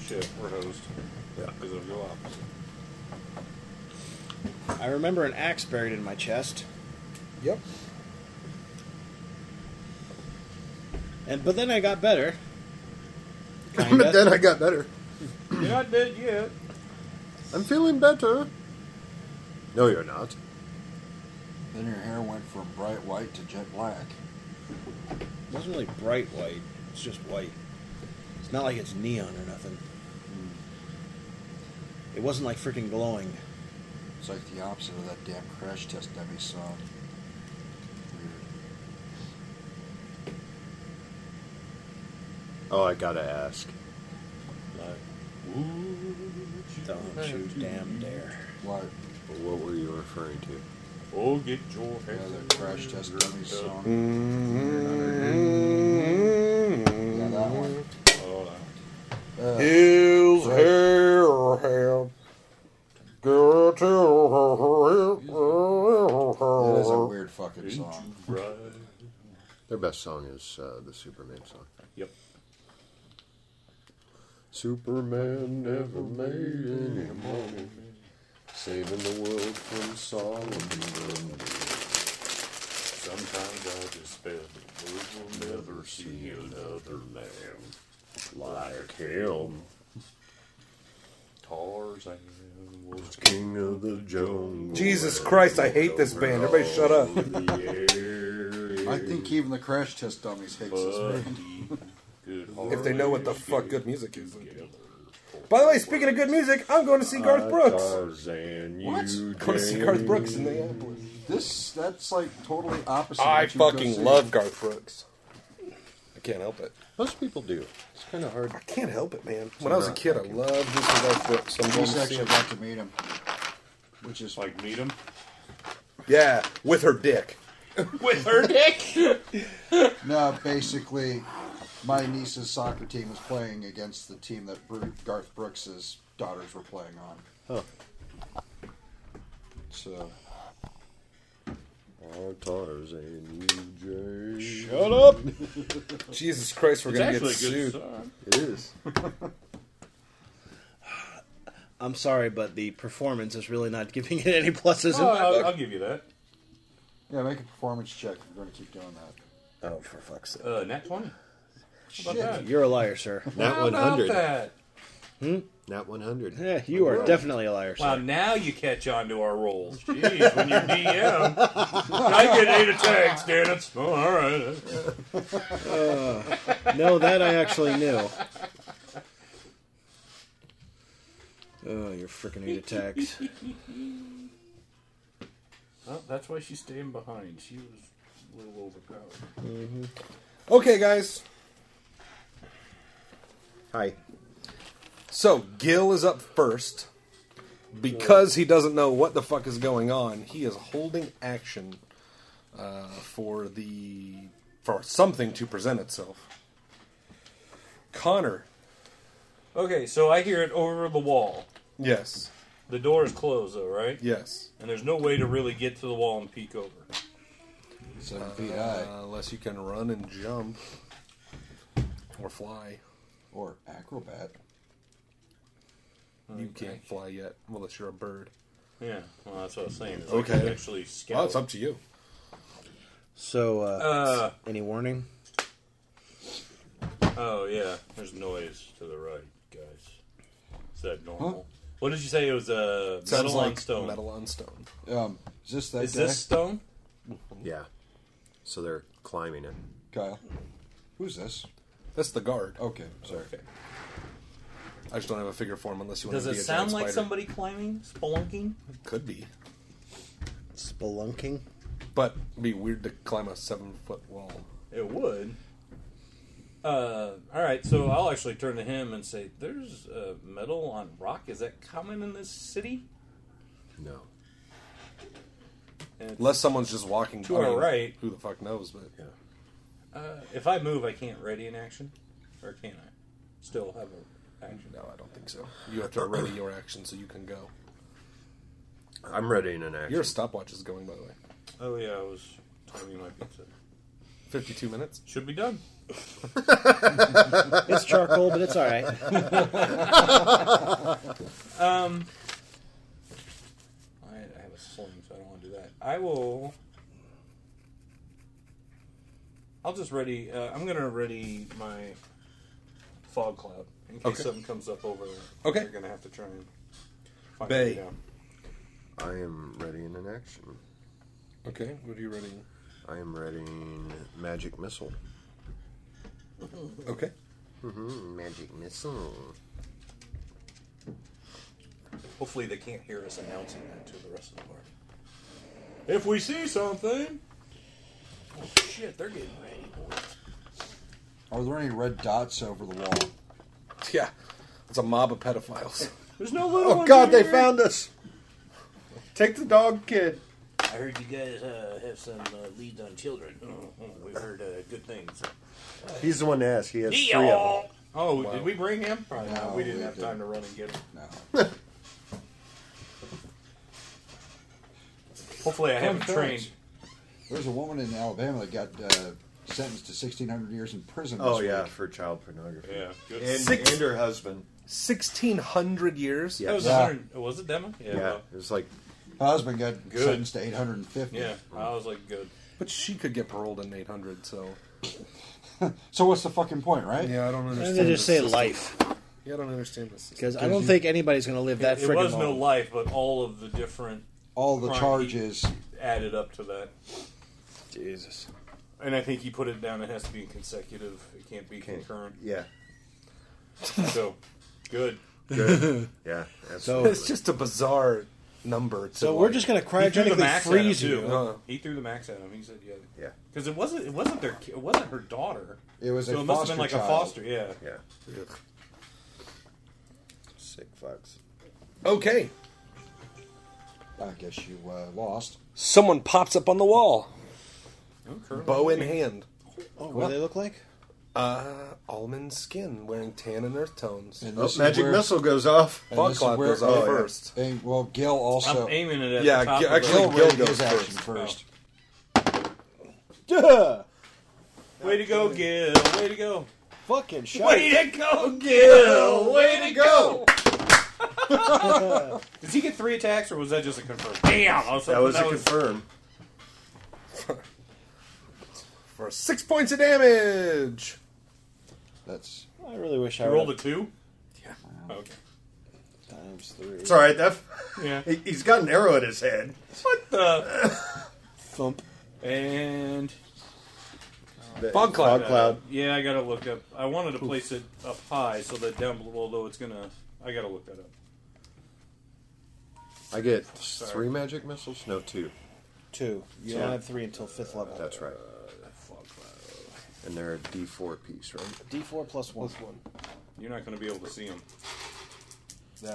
I: Shit, we're hosed. Yeah. Because it'll go opposite.
J: I remember an axe buried in my chest.
G: Yep.
J: And but then I got better.
E: but then I got better.
I: You're not dead yet.
E: I'm feeling better. No, you're not.
K: Then your hair went from bright white to jet black.
J: It wasn't really bright white. It's just white. It's not like it's neon or nothing. It wasn't like freaking glowing.
K: It's like the opposite of that damn crash test Debbie saw. Weird.
E: Oh, I gotta ask.
J: Don't you damn dare.
K: What?
E: What were you referring to?
I: Oh, get your head.
K: Yeah, crash test Debbie song. Yeah, that one.
I: Oh,
K: Uh,
G: His
K: right.
G: hair had
K: That is a weird fucking song. song.
A: Their best song is uh, the Superman song.
I: Yep.
A: Superman never made any money, saving the world from Solomon. Sometimes I just feel the world will never see another man like him. Tarzan was king of the jungle.
G: Jesus Christ, I hate this band. Everybody shut up.
K: I think even the crash test dummies hates this band.
G: if they know what the fuck good music is. By the way, speaking of good music, I'm going to see Garth Brooks.
A: Tarzan, you
K: What?
G: Going to see Garth Brooks in the
K: This that's like totally opposite. of
G: I
K: what you go
G: fucking
K: see.
G: love Garth Brooks. I can't help it.
A: Most people do. It's kind of hard. I
G: can't help it, man. When I was a kid, I loved Mr. Garth Brooks. I'm going
K: He's
G: to see
K: actually
G: him.
K: about to meet him, which is
I: like meet him.
G: Yeah, with her dick.
I: With her dick.
K: No, basically, my niece's soccer team was playing against the team that Bru- Garth Brooks's daughters were playing on.
A: Huh.
K: So.
A: Our Tarzan, you Jay.
G: Shut up! Jesus Christ, we're
A: It's
G: going to get
A: actually a good
G: sued.
A: song. It is.
J: I'm sorry, but the performance is really not giving it any pluses
K: Oh,
J: in my
K: I'll-
J: book.
K: I'll
I: give you that.
K: Yeah, make a performance check. We're going to keep doing that.
J: Oh, for fuck's sake.
I: Uh, nat twenty. How about
J: Shit,
I: that?
J: You're a liar, sir.
I: How about that?
J: Hmm?
A: Not 100.
J: Yeah, you are
I: Whoa.
J: definitely a liar, sir.
I: Wow, Uh, now you catch on to our roles. Jeez, when you're DM, I get eight attacks, Dan. It's oh, all right.
J: Uh, no, that I actually knew. Oh, you're freaking eight attacks.
I: Well, Oh, that's why she's staying behind. She was a little overpowered.
G: Okay, guys.
A: Hi.
G: So, Gil is up first. Because he doesn't know what the fuck is going on, he is holding action uh, for the for something to present itself. Connor,
I: Okay, so I hear it over the wall.
G: yes,
I: The door is closed, though, right?
G: yes.
I: And there's no way to really get to the wall and peek over.
K: Seven
G: feet
I: Uh,
G: high, unless you can run and jump or fly
K: or acrobat.
G: You can't fly yet unless you're a bird.
I: Yeah, well, that's what I was saying. is I
G: Okay,
I: could actually scout.
G: Well, it's up to you.
J: So, uh,
I: Uh.
J: any warning?
I: Oh yeah, there's noise to the right, guys. Is that normal? What did you say? It was uh,
G: Sounds
I: metal on
G: like
I: stone.
G: metal on stone.
K: Um, is this that
I: Is
K: guy?
I: this stone?
A: Yeah. So they're climbing it.
K: Kyle, who's this?
G: That's the guard. Oh,
K: Okay, sorry.
G: I just don't have a figure for him unless you want
I: Does
G: to
I: it
G: be a
I: sound
G: giant
I: like
G: spider.
I: somebody climbing, spelunking?
G: Could be,
J: Spelunking?
G: but it'd be weird to climb a seven foot wall.
I: It would. Uh, all right, so I'll actually turn to him and say, "There's uh, metal on rock. Is that common in this city?"
A: No.
I: And it's-
G: Unless someone's just walking
I: To
G: by.
I: our right.
G: Who the fuck knows? But
I: Uh, if I move, I can't ready an action, or can I? Still have an action?
G: No, I don't think so. you have to ready your action so you can go.
A: I'm readying an action.
G: Your stopwatch is going, by the way.
I: Oh yeah, I was timing my pizza.
G: Fifty-two minutes
I: should be done.
J: It's charcoal, but it's all right.
I: um, I, I have a sling, so I don't want to do that. I will. I'll just ready. Uh, I'm gonna ready my fog cloud in case
G: Okay.
I: something comes up over.
G: Okay.
I: You're gonna have to try and find
G: Bay.
I: a way down.
A: I am readying an action.
G: Okay, what are you readying?
A: I am readying magic missile.
G: Okay.
A: hmm magic missile.
I: Hopefully, they can't hear us announcing that to the rest of the party. If we see something, oh shit, they're getting ready, boys.
K: Are there any red dots over the wall?
G: Yeah, it's a mob of pedophiles.
I: There's no little.
G: Oh,
I: ones in here.
A: us! Take the dog, kid.
Q: I heard you guys uh, have some uh, leads on children.
I: Oh,
Q: We've heard uh, good things.
A: He's the one to ask. He has three of
Q: Leo!
A: them.
I: Oh,
A: Wow.
I: did we bring him? Probably
A: No,
I: not. We didn't
A: we
I: have
A: didn't.
I: time to run and get him.
K: No.
I: Hopefully, I
K: Fun
I: haven't
K: fact.
I: trained.
K: There's a woman in Alabama that got uh, sentenced to 1,600 years in prison.
E: Oh
K: this
E: yeah,
K: week.
E: for child pornography.
K: Yeah, good.
E: and,
K: Six-
E: and her husband.
G: Sixteen hundred years.
E: Yeah. That was
K: Yeah.
I: Was it Demo? Yeah.
E: Yeah, it was like
K: Her husband got
I: Good.
K: sentenced to 850.
I: Yeah, I was like, good.
G: But she could get paroled in 800, so.
K: So what's the fucking point, right?
G: Yeah, I don't
J: Why
G: understand.
J: don't they just
G: the
J: say
G: system.
J: life?
G: Yeah, I don't understand this.
J: Because I don't think anybody's going to live that
I: It, it
J: friggin'
I: was
J: long.
I: no life, but all of the different
K: All the
I: crime he
K: charges.
I: added up to that. Jesus. And I think he put it down. It has to be consecutive. It can't be concurrent.
E: Yeah.
I: So, good.
E: Good. yeah.
G: So
E: Absolutely.
G: it's just a bizarre number. To
I: So
G: like,
I: we're just
J: gonna
I: He threw the max
G: freeze
I: at him, too.
G: you. Uh,
I: He threw the max at him. He said, "Yeah,
E: yeah."
I: Because it wasn't it wasn't their ki- it wasn't her daughter.
K: It was
I: so
K: a
I: it must have been like
K: foster
I: a
K: child.
I: foster. Yeah.
E: Yeah. Sick fucks.
G: Okay.
K: I guess you uh, lost.
G: Someone pops up on the wall, bow in hand.
J: Oh, what do they look like?
G: Uh, almond skin, wearing tan and earth tones.
E: Oh,
K: And this is where- And
G: Fog
K: this is
G: cloud
K: where-
G: goes
K: oh,
G: off
K: yeah.
G: first.
K: And, well, Gil also.
I: I'm aiming it at
G: Yeah,
I: the top
G: Gil-
I: of the-
G: actually, Gil Gil goes
K: goes action
G: first.
K: first.
R: Yeah.
I: Way to go, Gil. Way to go.
R: Fucking shit.
I: Way to go, Gil. Way to go. Did he get three attacks, or was that just a confirm? Damn. I was
E: That
I: hoping
E: was a confirm.
G: For six points of damage.
K: That's.
J: I really wish I
I: You rolled a
J: would've-
I: two. Yeah. Okay.
J: times three.
E: It's all right. That
I: Yeah.
E: he, he's got an arrow in his head.
I: What the?
J: Thump.
I: And
E: The
I: Fog
E: cloud. Fog cloud.
I: Yeah, I gotta look up. I wanted to place it up high so that down below, although it's gonna. I gotta look that up.
E: I get three magic missiles. No, two.
J: Two. You
E: Two.
J: don't have three until fifth level.
E: That's right. And they're a D4 piece, right?
J: D4 plus one.
I: You're not gonna be able to see them.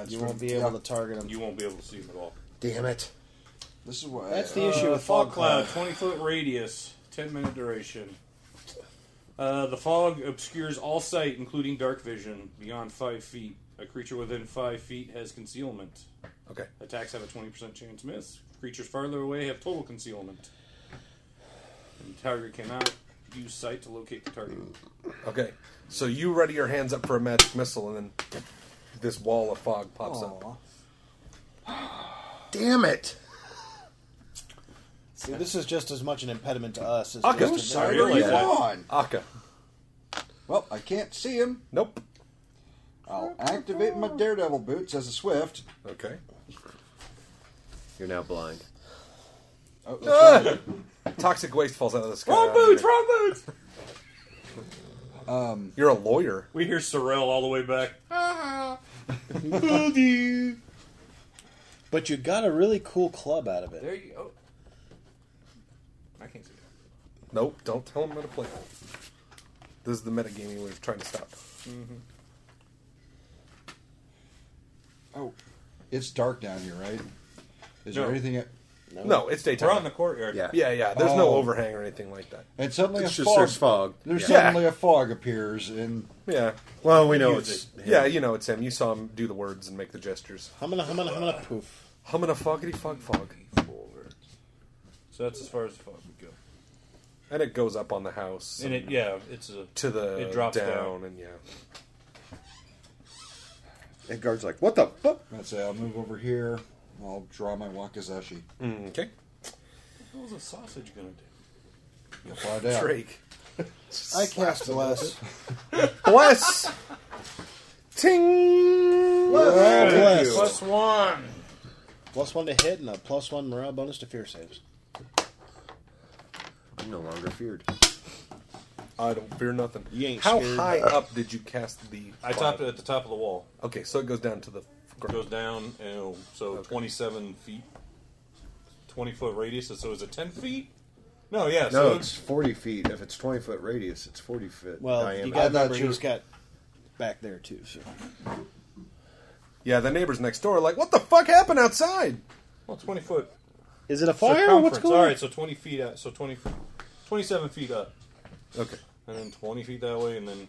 J: you won't be able to target them.
I: You won't be able to see them at all.
E: Damn it.
K: This is why.
J: That's the
I: Uh,
J: issue with fog
I: cloud.
J: cloud.
I: Twenty foot radius, ten minute duration. Uh, the fog obscures all sight, including dark vision, beyond five feet. A creature within five feet has concealment.
G: Okay.
I: Attacks have a twenty percent chance miss. Creatures farther away have total concealment. And target cannot use sight to locate the target.
G: Mm. Okay, so you ready your hands up for a magic missile, and then this wall of fog pops up.
E: Damn it!
J: See, this is just as much an impediment to us as
G: Akka,
J: it is to them.
G: Akka.
K: Well, I can't see him.
G: Nope.
K: I'll activate my daredevil boots as a swift.
G: Okay.
E: You're now blind.
K: Oh, that's
G: Ah! Toxic waste falls out of the sky.
I: Wrong boots, wrong boots.
K: Um,
G: You're a lawyer.
I: We hear Sorrel all the way back.
J: But you got a really cool club out of it.
I: There you go. I can't see
G: Nope, don't tell him how to play. This is the metagaming we were trying to stop.
K: Oh, it's dark down here, right? Is there
G: No.
K: anything? At,
G: No. No, it's daytime. We're on the
I: courtyard.
G: Yeah, yeah. There's no
K: Oh.
G: overhang or anything like that.
K: And suddenly
G: It's
K: a
G: just
K: fog.
G: there's fog.
K: There's
G: Yeah.
K: suddenly a fog appears, and
G: Yeah.
E: Well, we know it's him.
G: Yeah, you know it's him. You saw him do the words and make the gestures.
J: Humana, humana, humana, poof.
G: Humana, foggity, fog, fog.
I: So that's as far as the fog would go.
G: And it goes up on the house.
I: And it- yeah, it's a-
G: to the
I: it drops
G: down,
I: down.
G: and yeah.
E: And guard's like, what the fuck?
K: That's it. I'll move over here. I'll draw my wakizashi.
G: Okay.
I: What was a sausage gonna do?
K: You'll find out.
G: Drake.
K: I cast bless.
G: Bless. Ting.
J: Well, blessed.
I: Plus one.
J: Plus one to hit and a plus one morale bonus to fear saves.
E: I'm no longer feared.
G: I don't fear nothing.
J: You ain't
G: How
J: scared.
G: high up did you cast the?
I: I
G: cloud?
I: topped it at the top of the wall.
G: Okay, so it goes down to the ground.
I: Goes down, and so 27 feet, 20 foot radius. So is it 10 feet? No, yeah.
E: no,
I: so
E: it's 40 feet. If it's 20 foot radius, it's 40 foot.
J: Well,
E: diameter.
J: you got to remember he's got back there too. So.
G: Yeah, the neighbors next door are like, "What the fuck happened outside?"
I: well, 20 foot.
J: Is it a
I: circumference. All right, so 20 feet out. So 20, feet- 27 feet up,
G: Okay.
I: and then 20 feet that way, and then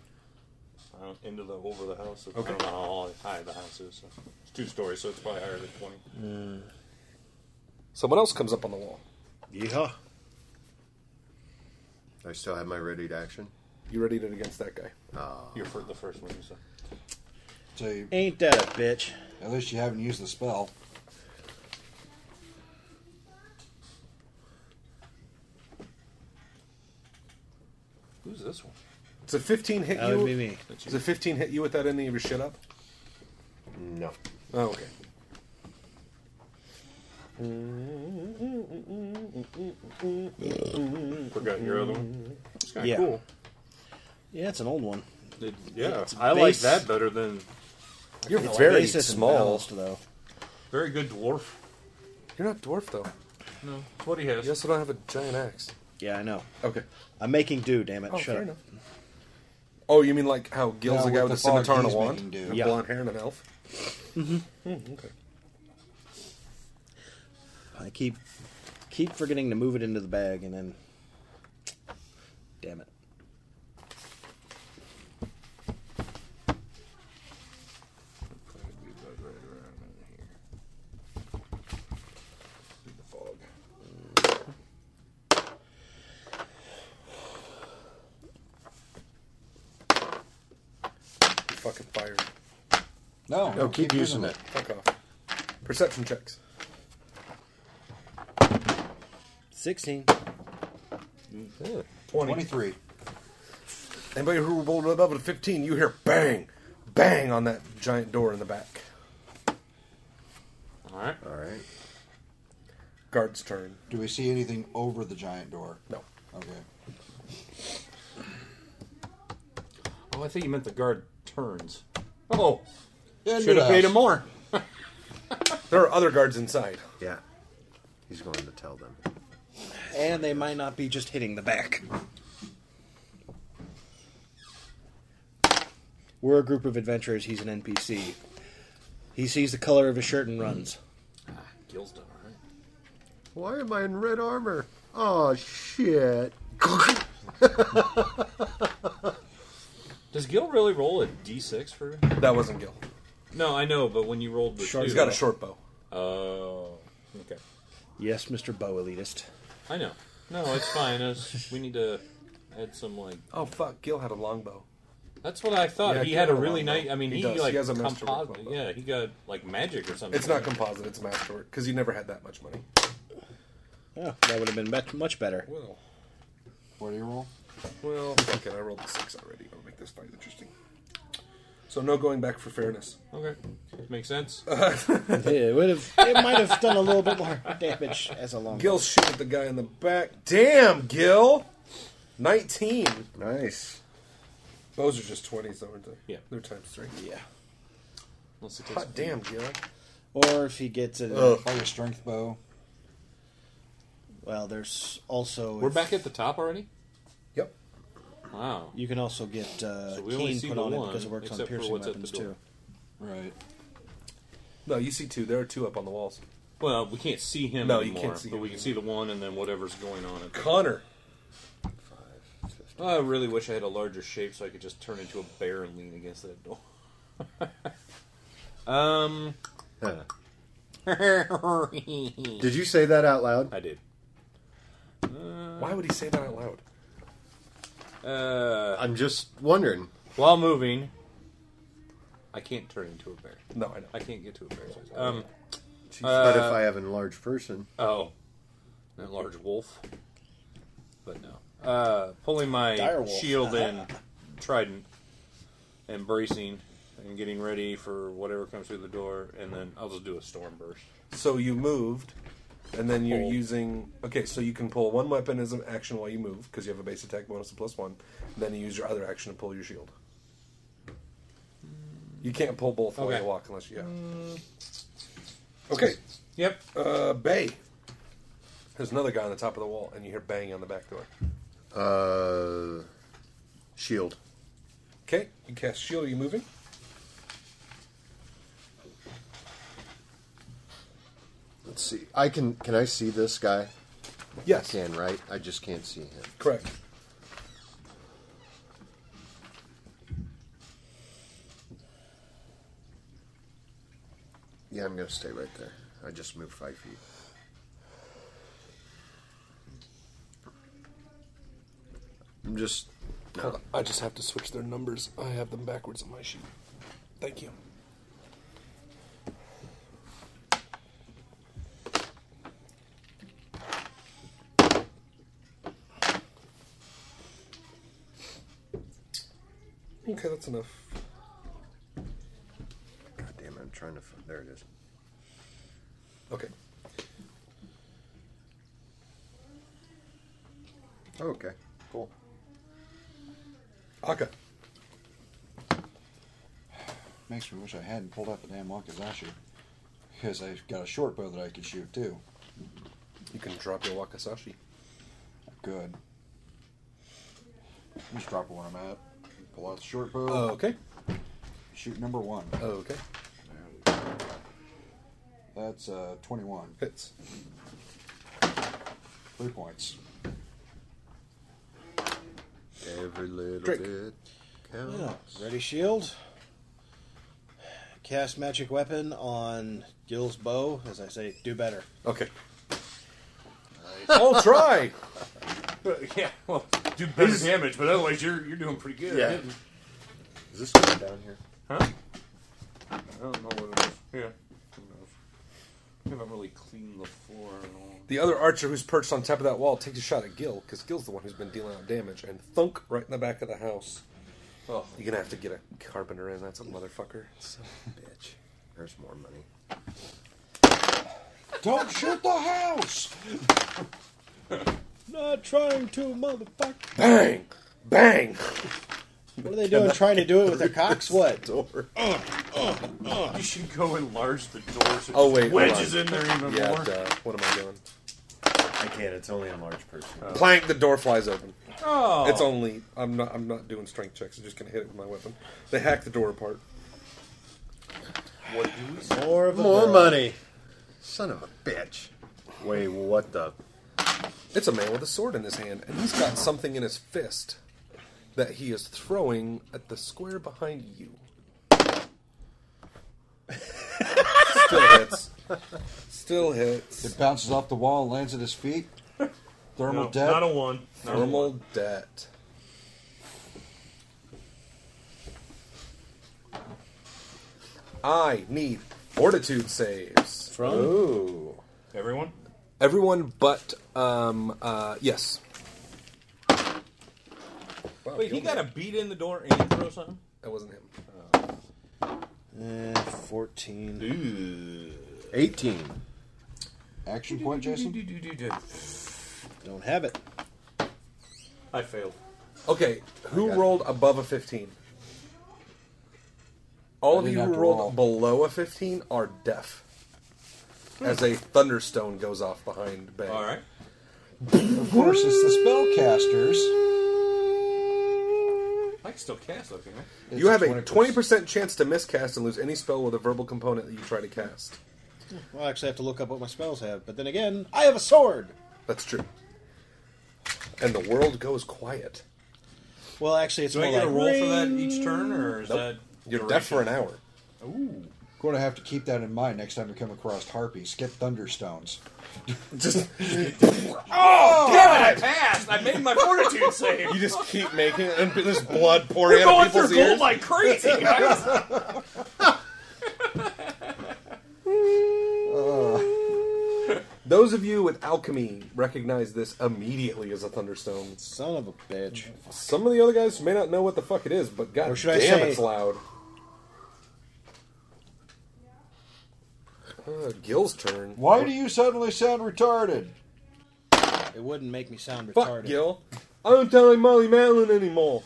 I: uh, into the over the house. I
G: Okay.
I: don't know how high the house is. So. It's two stories, so it's probably higher than 20.
G: Someone else comes up on the wall.
J: Yeehaw.
E: I still have my ready to action.
G: You readied it against that guy.
I: You're for the first one you said.
K: So
J: Ain't that a bitch?
K: At least you haven't used the spell.
I: Who's this one?
G: Does a 15 hit
I: That
G: you?
I: would be me.
G: Does a 15 hit you without any of your shit up?
E: No.
G: Oh, okay.
I: Forgot your other one. It's kinda
J: Yeah.
I: cool.
J: Yeah, it's an old one.
I: Yeah,
J: It's
I: I like
J: Mm. base-
I: that better than.
J: Your It's very base isn't small. balanced, though.
I: Very good dwarf.
G: You're not dwarf though.
I: No, it's what he has.
G: You also don't have a giant axe.
J: Yeah, I know.
G: Okay.
J: I'm making do, damn it.
G: Oh,
J: Shut
G: fair
J: up.
G: enough. Oh, you mean like how Gil's
J: No,
G: the guy
J: with
G: with a
J: the fog
G: scimitar and a
J: he's
G: wand,
J: making do.
G: and
J: Yeah.
G: blonde hair and an elf?
J: Mm-hmm. Okay. I keep keep forgetting to move it into the bag, and then, damn it.
G: You fucking fired.
K: No,
E: No, Oh, keep keep using using it.
G: Fuck off. Perception checks.
J: Sixteen.
K: Twenty-three.
G: Anybody who rolled above a fifteen, you hear bang, bang on that giant door in the back.
I: All right.
E: All right.
G: Guard's turn.
K: Do we see anything over the giant door?
G: No.
K: Okay.
I: Oh, I think you meant the guard turns. Oh,
K: Yeah,
I: should have paid him more.
G: there are other guards inside.
E: Yeah. He's going to tell them.
J: And they might not be just hitting the back. We're a group of adventurers. He's an NPC. He sees the color of his shirt and runs.
I: Gil's done all right.
E: Why am I in red armor? Oh shit.
I: Does Gil really roll a d6 for?
G: That wasn't Gil.
I: No, I know, but when you rolled the
J: Short
I: two,
J: He's got a short bow.
I: Oh, okay.
J: Yes, Mister Bow Elitist.
I: I know. No, it's fine. It's, we need to add some like.
G: Oh fuck, Gil had a longbow.
I: That's what I thought.
G: Yeah,
I: he
G: Gil
I: had a
G: had a
I: really
G: longbow.
I: nice. I mean,
G: He
I: he,
G: does.
I: like
G: He has a masterwork
I: composite. Yeah, he got like magic or something.
G: It's not composite; it's masterwork because you never had that much money.
J: Yeah, Oh, that would have been bet- much better.
G: Well,
K: what do you roll?
G: Well, fuck it, I rolled a six already. I'll make this fight interesting. So no going back for fairness.
I: Okay, makes sense.
J: it would have. It might have done a little bit more damage as a long.
G: Gil shoot at the guy in the back. Damn, Gil! 19.
E: Nice.
G: Those are just 20s, though, aren't they?
I: Yeah.
G: They're times three.
J: Yeah.
G: Hot damn, Gil.
J: Or if he gets it,
G: Ugh.
K: Probably a strength bow.
J: Well, there's also.
I: We're
J: if-
I: back at the top already.
G: Yep.
I: Wow.
J: You can also get uh,
I: So we only
J: keen
I: see
J: put
I: the
J: on it
I: one,
J: because it works on
I: except for
J: piercing
I: what's at the
J: weapons
I: door.
J: too.
K: Right.
G: No, you see two. There are two up on the walls.
I: Well, we can't see him
G: No, you
I: anymore,
G: can't see
I: but
G: him
I: we can see the one and then whatever's going on. At the
G: Connor.
I: I really wish I had a larger shape so I could just turn into a bear and lean against that door. um.
E: Did you say that out loud?
I: I did.
G: Why would he say that out loud?
I: Uh,
E: I'm just wondering.
I: While moving, I can't turn into a bear.
G: No, I know.
I: I can't get to a bear. size. Um,
E: Jeez, but if
I: uh,
E: I have an large person,
I: Oh, an large wolf. But no. Uh, pulling my
J: Dire wolf.
I: shield and trident and bracing and getting ready for whatever comes through the door, and then I'll just do a storm burst.
G: So you moved, and then you're using. Okay, so you can pull one weapon as an action while you move because you have a base attack bonus of plus one. Then you use your other action to pull your shield. You can't pull both while
I: Okay.
G: you walk unless you. Yeah. Okay.
I: Yep.
G: Uh, Bay. There's another guy on the top of the wall, and you hear banging on the back door.
E: uh, shield.
G: Okay, you cast shield. Are you moving?
E: Let's see. I can. Can I see this guy?
G: Yes.
E: I can. Right. I just can't see him.
G: Correct.
E: Yeah, I'm gonna stay right there. I just moved five feet. I'm just.
S: Hold on. I just have to switch their numbers. I have them backwards on my sheet. Thank you. Okay, that's enough.
E: God damn it! I'm trying to. Find, there it is.
S: Okay.
E: Okay. Cool.
S: Okay.
K: Makes me wish I hadn't pulled out the damn Wakazashi. Because I've got a short bow that I can shoot too.
S: You can drop your Wakasashi.
K: Good. Just drop where I'm at. Pull out the short bow.
S: Uh, Okay.
K: Shoot number one.
S: Okay.
K: That's uh, 21.
S: Hits.
K: Three points.
E: Every little
K: Drink.
E: bit counts.
J: Yeah. Ready shield. Cast magic weapon on Gil's bow. As I say, do better.
G: Okay. I'll try.
I: But, yeah, well, do better damage, but otherwise you're you're doing pretty good.
E: Yeah.
I: hitting.
E: Is this one down here?
I: Huh? I don't know what it is. Yeah. Who knows? We haven't really cleaned the floor at all.
G: The other archer who's perched on top of that wall takes a shot at Gil, because Gil's the one who's been dealing out damage, and thunk right in the back of the house.
I: Oh.
G: You're gonna have to get a carpenter in. That's a motherfucker. Son of a
E: bitch. There's more money.
K: Don't shoot the house!
J: Not trying to, motherfucker.
G: Bang! Bang!
J: What are they doing? Trying to do it with their cocks? What?
I: You should go Oh, enlarge the door so
G: Oh
I: it
G: wait, hold
I: wedges
G: on.
I: in there even
G: yeah,
I: more.
G: duh. What am I doing?
E: I can't. It's only a large person.
G: Plank. The door flies open.
I: Oh.
G: It's only I'm not I'm not doing strength checks. I'm just gonna hit it with my weapon. They hack the door apart.
I: What do we say?
J: More of a
E: More
J: girl.
E: money. Son of a bitch. Wait, what the?
G: It's a man with a sword in his hand, and he's got something in his fist that he is throwing at the square behind you. Still hits. Still hits.
K: It bounces off the wall and lands at his feet. Thermal
I: No,
K: death.
I: Not a one. Not a one.
G: Thermal debt. I need fortitude saves.
J: From?
G: Ooh.
I: Everyone?
G: Everyone but um uh yes.
I: Wait, he got a beat in the door and throw something?
G: That wasn't him.
J: Eh, Fourteen.
E: 18.
K: Action point, Jason?
J: Don't have it.
I: I failed.
G: Okay, who rolled above a 15? All of
K: I didn't
G: you
K: have
G: who
K: to
G: rolled
K: roll.
G: below a 15 are deaf. As a thunderstone goes off behind Bang.
I: All right.
K: Of course, it's the spellcasters.
I: I can still cast, okay, right?
G: You have a 20% chance to miscast and lose any spell with a verbal component that you try to cast.
J: Well, I actually have to look up what my spells have. But then again, I have a sword.
G: That's true. And the world goes quiet.
J: Well, actually, it's
I: Do
J: more
I: I get a
J: like
I: roll for that
J: ring.
I: each turn, or is
G: Nope.
I: that
G: You're deaf for an hour.
I: Ooh.
K: Going to have to keep that in mind next time we come across harpies. Skip thunderstones.
G: Just
I: Oh, damn it! I passed. I made my fortitude save.
G: you just keep making it, and there's blood pouring
I: We're
G: out
I: going
G: of
I: through
G: people's ears.
I: gold like crazy, guys.
G: Those of you with alchemy recognize this immediately as a thunderstone.
J: Son of a bitch.
G: Some of the other guys may not know what the fuck it is, but god
J: Or should
G: damn,
J: I say-
G: it's loud. Uh, Gil's turn.
K: Why do you suddenly sound retarded?
J: It wouldn't make me sound retarded.
G: Fuck Gil. I don't tell him Molly Madeline anymore.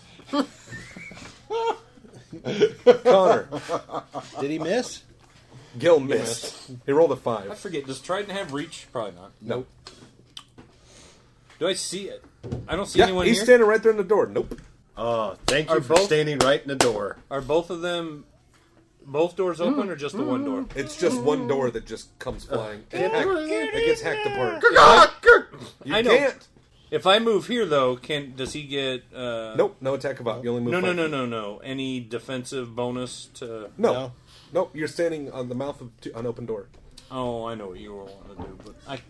G: Connor.
J: Did he miss?
G: Gil missed. He rolled a
I: I
G: five.
I: forget. Does Trident have reach? Probably not.
G: Nope.
I: Do I see it? I don't see
G: Yeah,
I: anyone
G: he's
I: here.
G: standing right there in the door. Nope.
E: Oh, thank you
I: Are
E: for
I: both-
E: standing right in the door.
I: Are both of them, both doors open, or just the one door?
G: It's just one door that just comes
I: Uh,
G: flying. It, hack- it gets hacked apart. You
I: I know.
G: can't.
I: If I move here, though, can does he get? Uh,
G: Nope. No attack of op. You only move.
I: No, no,
G: five
I: no,
G: feet.
I: no, no. Any defensive bonus to?
G: No. Nope. You're standing on the mouth of t- an open door.
I: Oh, I know what you were wanting to do, but I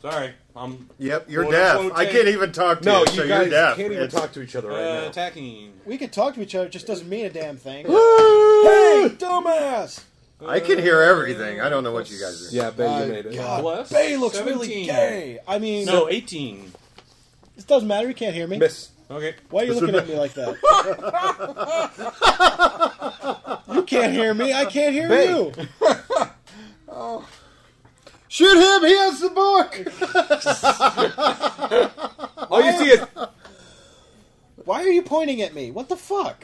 I: Sorry, I'm.
E: Yep, you're
I: quote,
E: deaf.
I: unquote,
E: I
I: deaf.
E: can't even talk to
I: No,
E: you.
I: you
E: so
I: guys
E: you're deaf.
I: can't even talk to
E: each other
I: right Uh, now. Attacking.
J: We can talk to each other, it just doesn't mean a damn thing.
E: hey,
J: dumbass!
E: I can hear everything. I don't know what you guys are.
G: Yeah, Bay, you
E: Uh,
G: made it.
E: God,
J: Plus Bay looks really
I: 17.
J: gay. I mean,
I: no, eighteen.
J: It doesn't matter. You can't hear me.
G: Miss.
I: Okay.
J: Why are you
I: Miss
J: looking at
I: Rebecca.
J: me like that? you can't hear me. I can't hear
E: Babe.
J: you.
E: Shoot him! He has the book.
G: All Oh, you see is
J: Why are you pointing at me? What the fuck?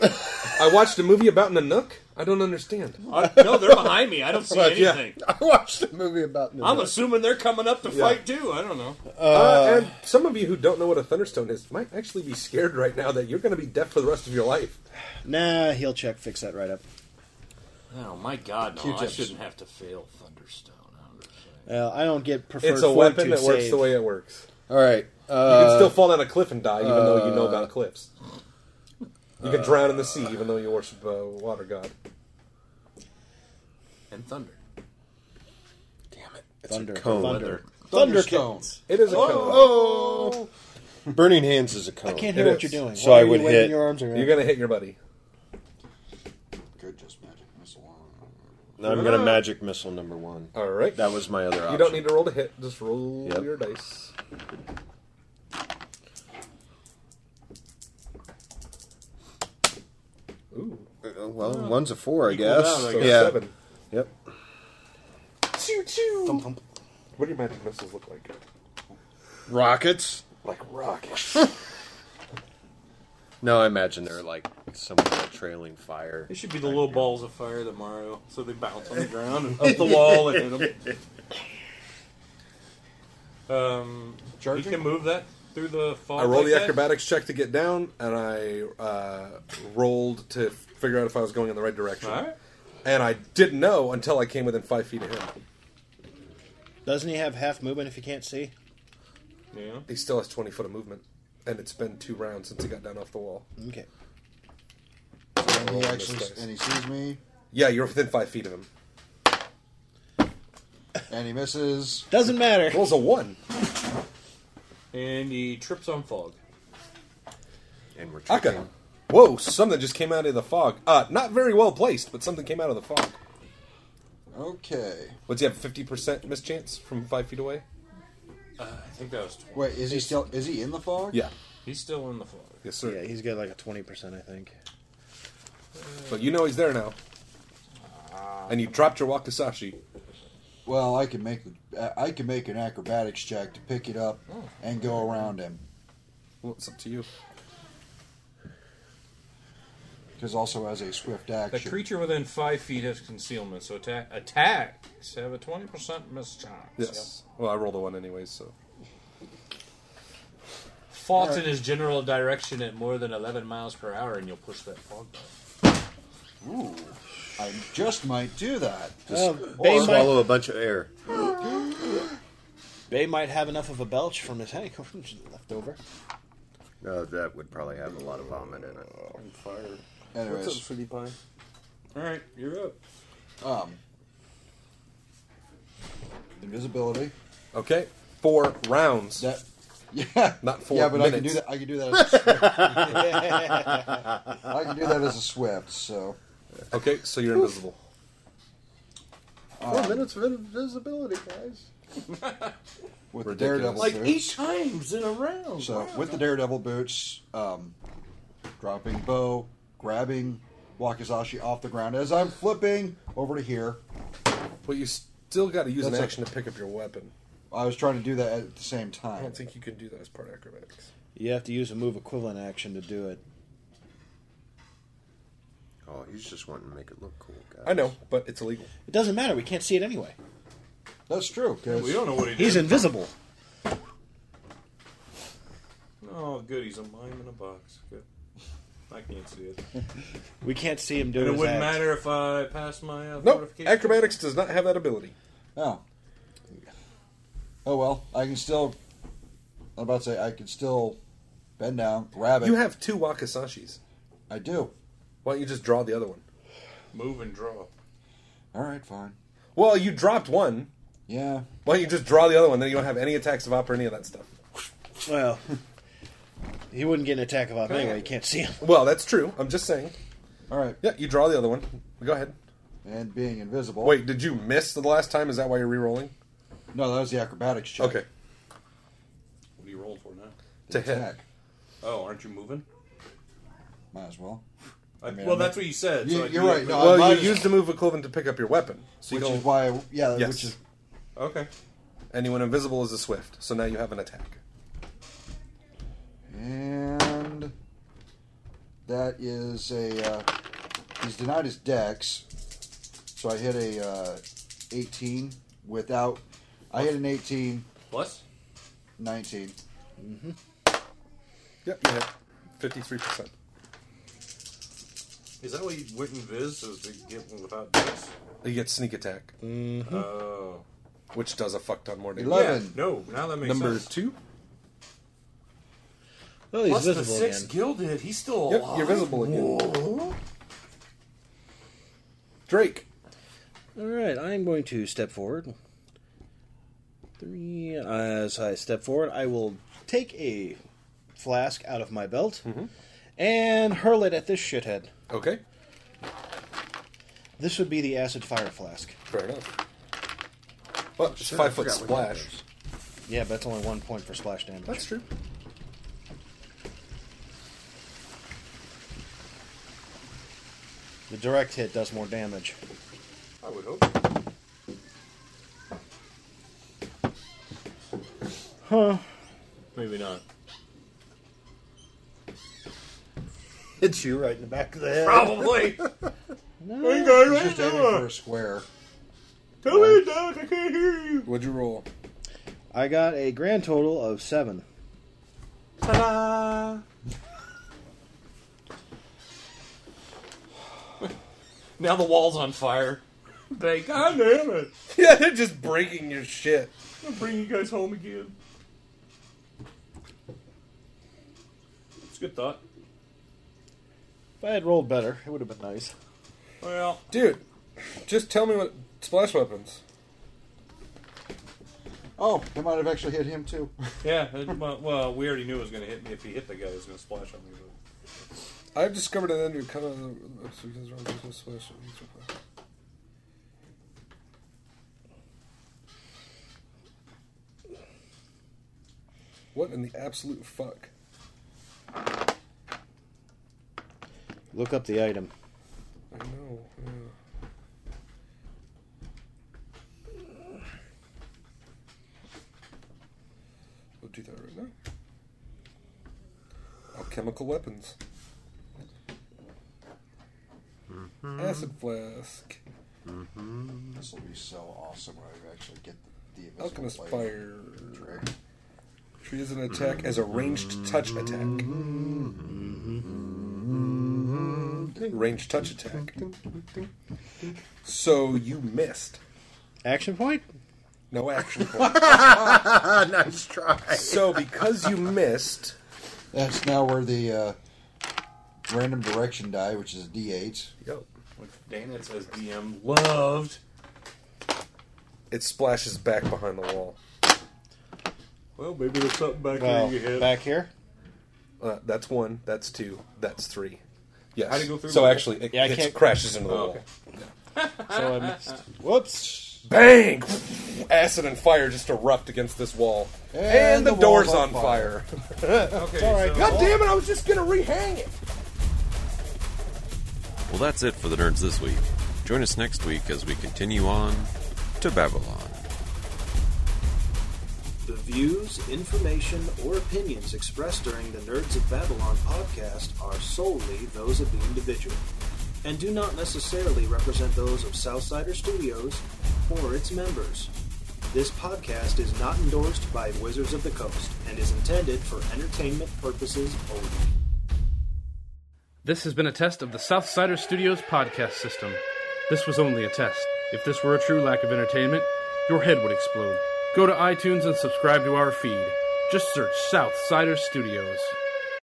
G: I watched a movie about Nanook. I don't understand.
I: Uh, no, they're behind me. I don't see
G: But, yeah.
I: anything.
E: I watched a movie about
I: I'm assuming they're coming up to
G: Yeah.
I: fight too. I don't know.
G: Uh, and some of you who don't know what a thunderstone is might actually be scared right now that you're going to be deaf for the rest of your life.
J: Nah, he'll check fix that right up.
I: oh my god, no! I
J: Q-tips.
I: shouldn't have to fail Thunderstone.
J: Well, I don't get preferred.
G: It's a weapon
J: fortitude
G: that works
J: save.
G: the way it works.
E: All right.
G: you can
E: uh,
G: still fall down a cliff and die, even though you know
E: uh,
G: about cliffs. You can drown in the sea, even though you worship a water god.
I: And thunder.
E: Thunder.
G: cone.
E: Thunder.
J: Thunder
G: Thunderstone. It is a cone.
E: Oh. Burning Hands is a cone.
J: I can't hear
E: It
J: what
E: is.
J: you're doing.
E: So
J: Why
E: I
J: are you
E: would
J: waving
E: hit.
J: your arms around?
G: You're going to hit your buddy.
K: Good, just magic missile.
E: I'm going to magic missile number one.
G: All right.
E: That was my other option.
G: You don't need to roll to hit. Just roll
E: Yep.
G: your dice. Ooh.
E: Uh, Well,
G: Oh.
E: one's a four, I
G: Equal
E: guess.
G: down, I guess.
E: Yeah.
G: Seven.
E: Yep.
G: Choo choo. What do your magic missiles look like?
E: Rockets.
G: Like rockets.
E: No, I imagine they're like somewhere trailing fire.
I: They should be the little balls of fire that Mario, so they bounce on the ground and up the wall and hit them. Um, you
G: Charging?
I: can move that through the fall.
G: I rolled
I: like
G: the
I: that?
G: acrobatics check to get down, and I uh, rolled to figure out if I was going in the right direction.
I: All right.
G: And I didn't know until I came within five feet of him.
J: Doesn't he have half movement if he can't see?
I: Yeah.
G: He still has 20 foot of movement, and it's been two rounds since he got down off the wall.
J: Okay.
G: And
K: he actually, and he sees me,
G: Yeah, you're within five feet of him.
K: and he misses.
J: Doesn't matter.
G: Rolls a one.
I: And he trips on fog.
E: And we're
G: Aka. Whoa, something just came out of the fog. Uh, not very well placed, but something came out of the fog.
K: Okay.
G: What's he have, 50% mischance from five feet away?
I: Uh, I think that was. 20.
K: Wait, is he still? Is he in the fog?
G: Yeah.
I: He's still in the fog.
G: Yes, sir.
J: Yeah, he's got like a twenty percent, I think.
G: But you know he's there now. And you dropped your wakizashi.
K: Well, I can make the, I can make an acrobatics check to pick it up and go around him.
G: Well, it's up to you.
K: Because also as a swift
I: The
K: action,
I: creature within five feet has concealment, so attack attacks have a twenty percent mischance.
G: Yes. Well, I rolled a one anyways, so.
I: Fault in his general direction at more than eleven miles per hour, and you'll push that fog. die.
K: ooh, I just might do that.
J: Well,
K: or-
J: Um, Bay might,
E: a bunch of air.
J: Bay might have enough of a belch from his hangover left over.
E: No, that would probably have a lot of vomit in it.
G: Oh,
T: Fire.
K: Anyways.
T: What's up, sweetie pie?
I: All right, you're up.
K: Um, invisibility.
G: Okay. Four rounds.
K: That, yeah.
G: Not four
K: Yeah, but I can do
G: minutes.
K: that. I can do that. As a swift. I can do that as a swift. So
G: Okay, so you're invisible.
E: Four minutes of invisibility, guys.
K: with the
G: Ridiculous.
K: daredevil
G: Like
K: boots.
I: eight times in a round.
K: So with the daredevil boots, um, dropping bow, grabbing Wakizashi off the ground as I'm flipping over to here.
G: But you still got to use
K: That's
G: an
K: a-
G: action to pick up your weapon.
K: I was trying to do that at the same
G: I
K: time.
G: don't think you can do that as part of acrobatics.
J: You have to use a move equivalent action to do it.
E: Oh, he's just wanting to make it look cool, guys.
G: I know, but it's illegal.
J: It doesn't matter. We can't see it anyway.
K: That's true. 'cause-
I: We don't know what he
J: He's
I: did.
J: invisible.
I: Oh, good. He's a mime in a box. Good. I can't see it.
J: We can't see him do
I: And it
J: his
I: wouldn't
J: act.
I: matter if I passed my uh,
G: Nope.
I: fortification.
G: Acrobatics does not have that ability.
K: Oh. Oh well, I can still. I'm about to say I can still bend down, grab it.
G: You have two wakasashis.
K: I do.
G: Why don't you just draw the other one?
I: Move and draw.
K: All right, fine.
G: Well, you dropped one. Yeah. Why don't you just draw the other one? Then you don't have any attacks of op or any of that stuff.
J: Well, he wouldn't get an attack of op anyway. You can't see him.
G: Well, that's true. I'm just saying.
K: All right.
G: Yeah, you draw the other one. Go ahead.
K: And being invisible.
G: Wait, did you miss the last time? Is that why you're re-rolling?
K: No, that was the acrobatics check.
G: Okay.
U: What are you rolling for now?
G: To hit.
K: Attack.
U: Oh, aren't you moving?
K: Might as well.
U: I-
K: mean,
U: well,
K: I'm
U: that's
K: not-
U: what you said.
K: You-
U: so I
K: you're
U: do
K: right.
U: it,
K: No,
U: but-
K: I might
G: Well,
K: as-
G: you used the move equivalent to pick up your weapon. So you
K: Which
G: go-
K: is why I- yeah,
G: Yes.
K: which is-
U: Okay.
G: Anyone invisible is a swift, so now you have an attack.
K: And that is a. Uh, he's denied his dex, so I hit a uh, 18 without. I hit an 18,
U: Plus?
K: 19.
G: Mm-hmm. Yep, you hit. Fifty-three percent.
U: Is that why you went invis so as to get one without dice?
G: You get sneak attack,
U: Oh.
G: which does a fuck ton more damage.
U: Eleven. Yeah, no, now that makes
G: Number
U: sense.
G: two.
J: Well, he's
U: Plus the
J: visible
U: six
J: again.
U: gilded. He's still
G: Yep,
U: alive.
G: you're visible again.
U: Whoa.
G: Drake.
J: All right, I'm going to step forward. Three. As I step forward, I will take a flask out of my belt
I: Mm-hmm.
J: and hurl it at this shithead.
G: Okay.
J: This would be the acid fire flask.
G: Fair enough. Well, it's five foot splash.
J: Yeah, but that's only one point for splash damage.
G: That's true.
J: The direct hit does more damage.
U: I would hope.
J: Huh.
V: Maybe not.
J: Hits you right in the back of the head.
V: Probably.
J: no.
V: Hey, guys,
K: He's
V: how you
K: just aiming
V: doing?
K: for a square.
V: Tell me, Doc, I can't hear you.
G: What'd you roll?
J: I got a grand total of seven.
U: Ta-da! now the wall's on fire. They God damn it!
G: Yeah, they're just breaking your shit.
U: I'll bring you guys home again. It's a good thought.
J: If I had rolled better, it would have been nice.
U: Well,
G: dude, just tell me what splash weapons.
K: Oh, it might have actually hit him too.
U: Yeah, it- well, well, we already knew it was going to hit me. If he hit the guy, it was going to splash on me.
G: I've discovered an under kind of splash. What in the absolute fuck?
J: Look up the item.
G: I know. yeah. We'll do that right now. Alchemical weapons. Acid flask.
K: This will be so awesome when I actually get the, the invisible
G: Alchemist
K: blade
G: fire.
K: trick.
G: Treats an attack as a ranged touch attack. Ranged touch attack. So you missed.
J: Action point?
G: No action point.
W: nice try.
G: So because you missed,
K: That's now where the uh, random direction die, which is D8.
G: Yep.
U: Which Dana says DM loved.
G: it splashes back behind the wall.
U: Well, maybe there's something back
G: Well,
U: there you hit.
J: Back here?
G: Uh, that's one. That's two. That's three. Yes.
U: How'd it go through
G: So
U: the wall?
G: actually, it,
U: Yeah, I
G: it
U: can't-
G: crashes into the
U: Oh,
G: wall.
U: okay.
J: So I missed. Whoops!
G: Bang! Acid and fire just erupt against this wall, and,
J: And
G: the,
J: the
G: door's
J: wall's on
G: on fire.
J: It's all right.
G: God damn it! I was just gonna rehang it.
A: Well, that's it for the nerds this week. Join us next week as we continue on to Babylon.
I: The views, information, or opinions expressed during the Nerds of Babylon podcast are solely those of the individual and do not necessarily represent those of Southsider Studios or its members. This podcast is not endorsed by Wizards of the Coast and is intended for entertainment purposes only.
X: This has been a test of the Southsider Studios podcast system. This was only a test. If this were a true lack of entertainment, your head would explode. Go to iTunes and subscribe to our feed. Just search Southsider Studios.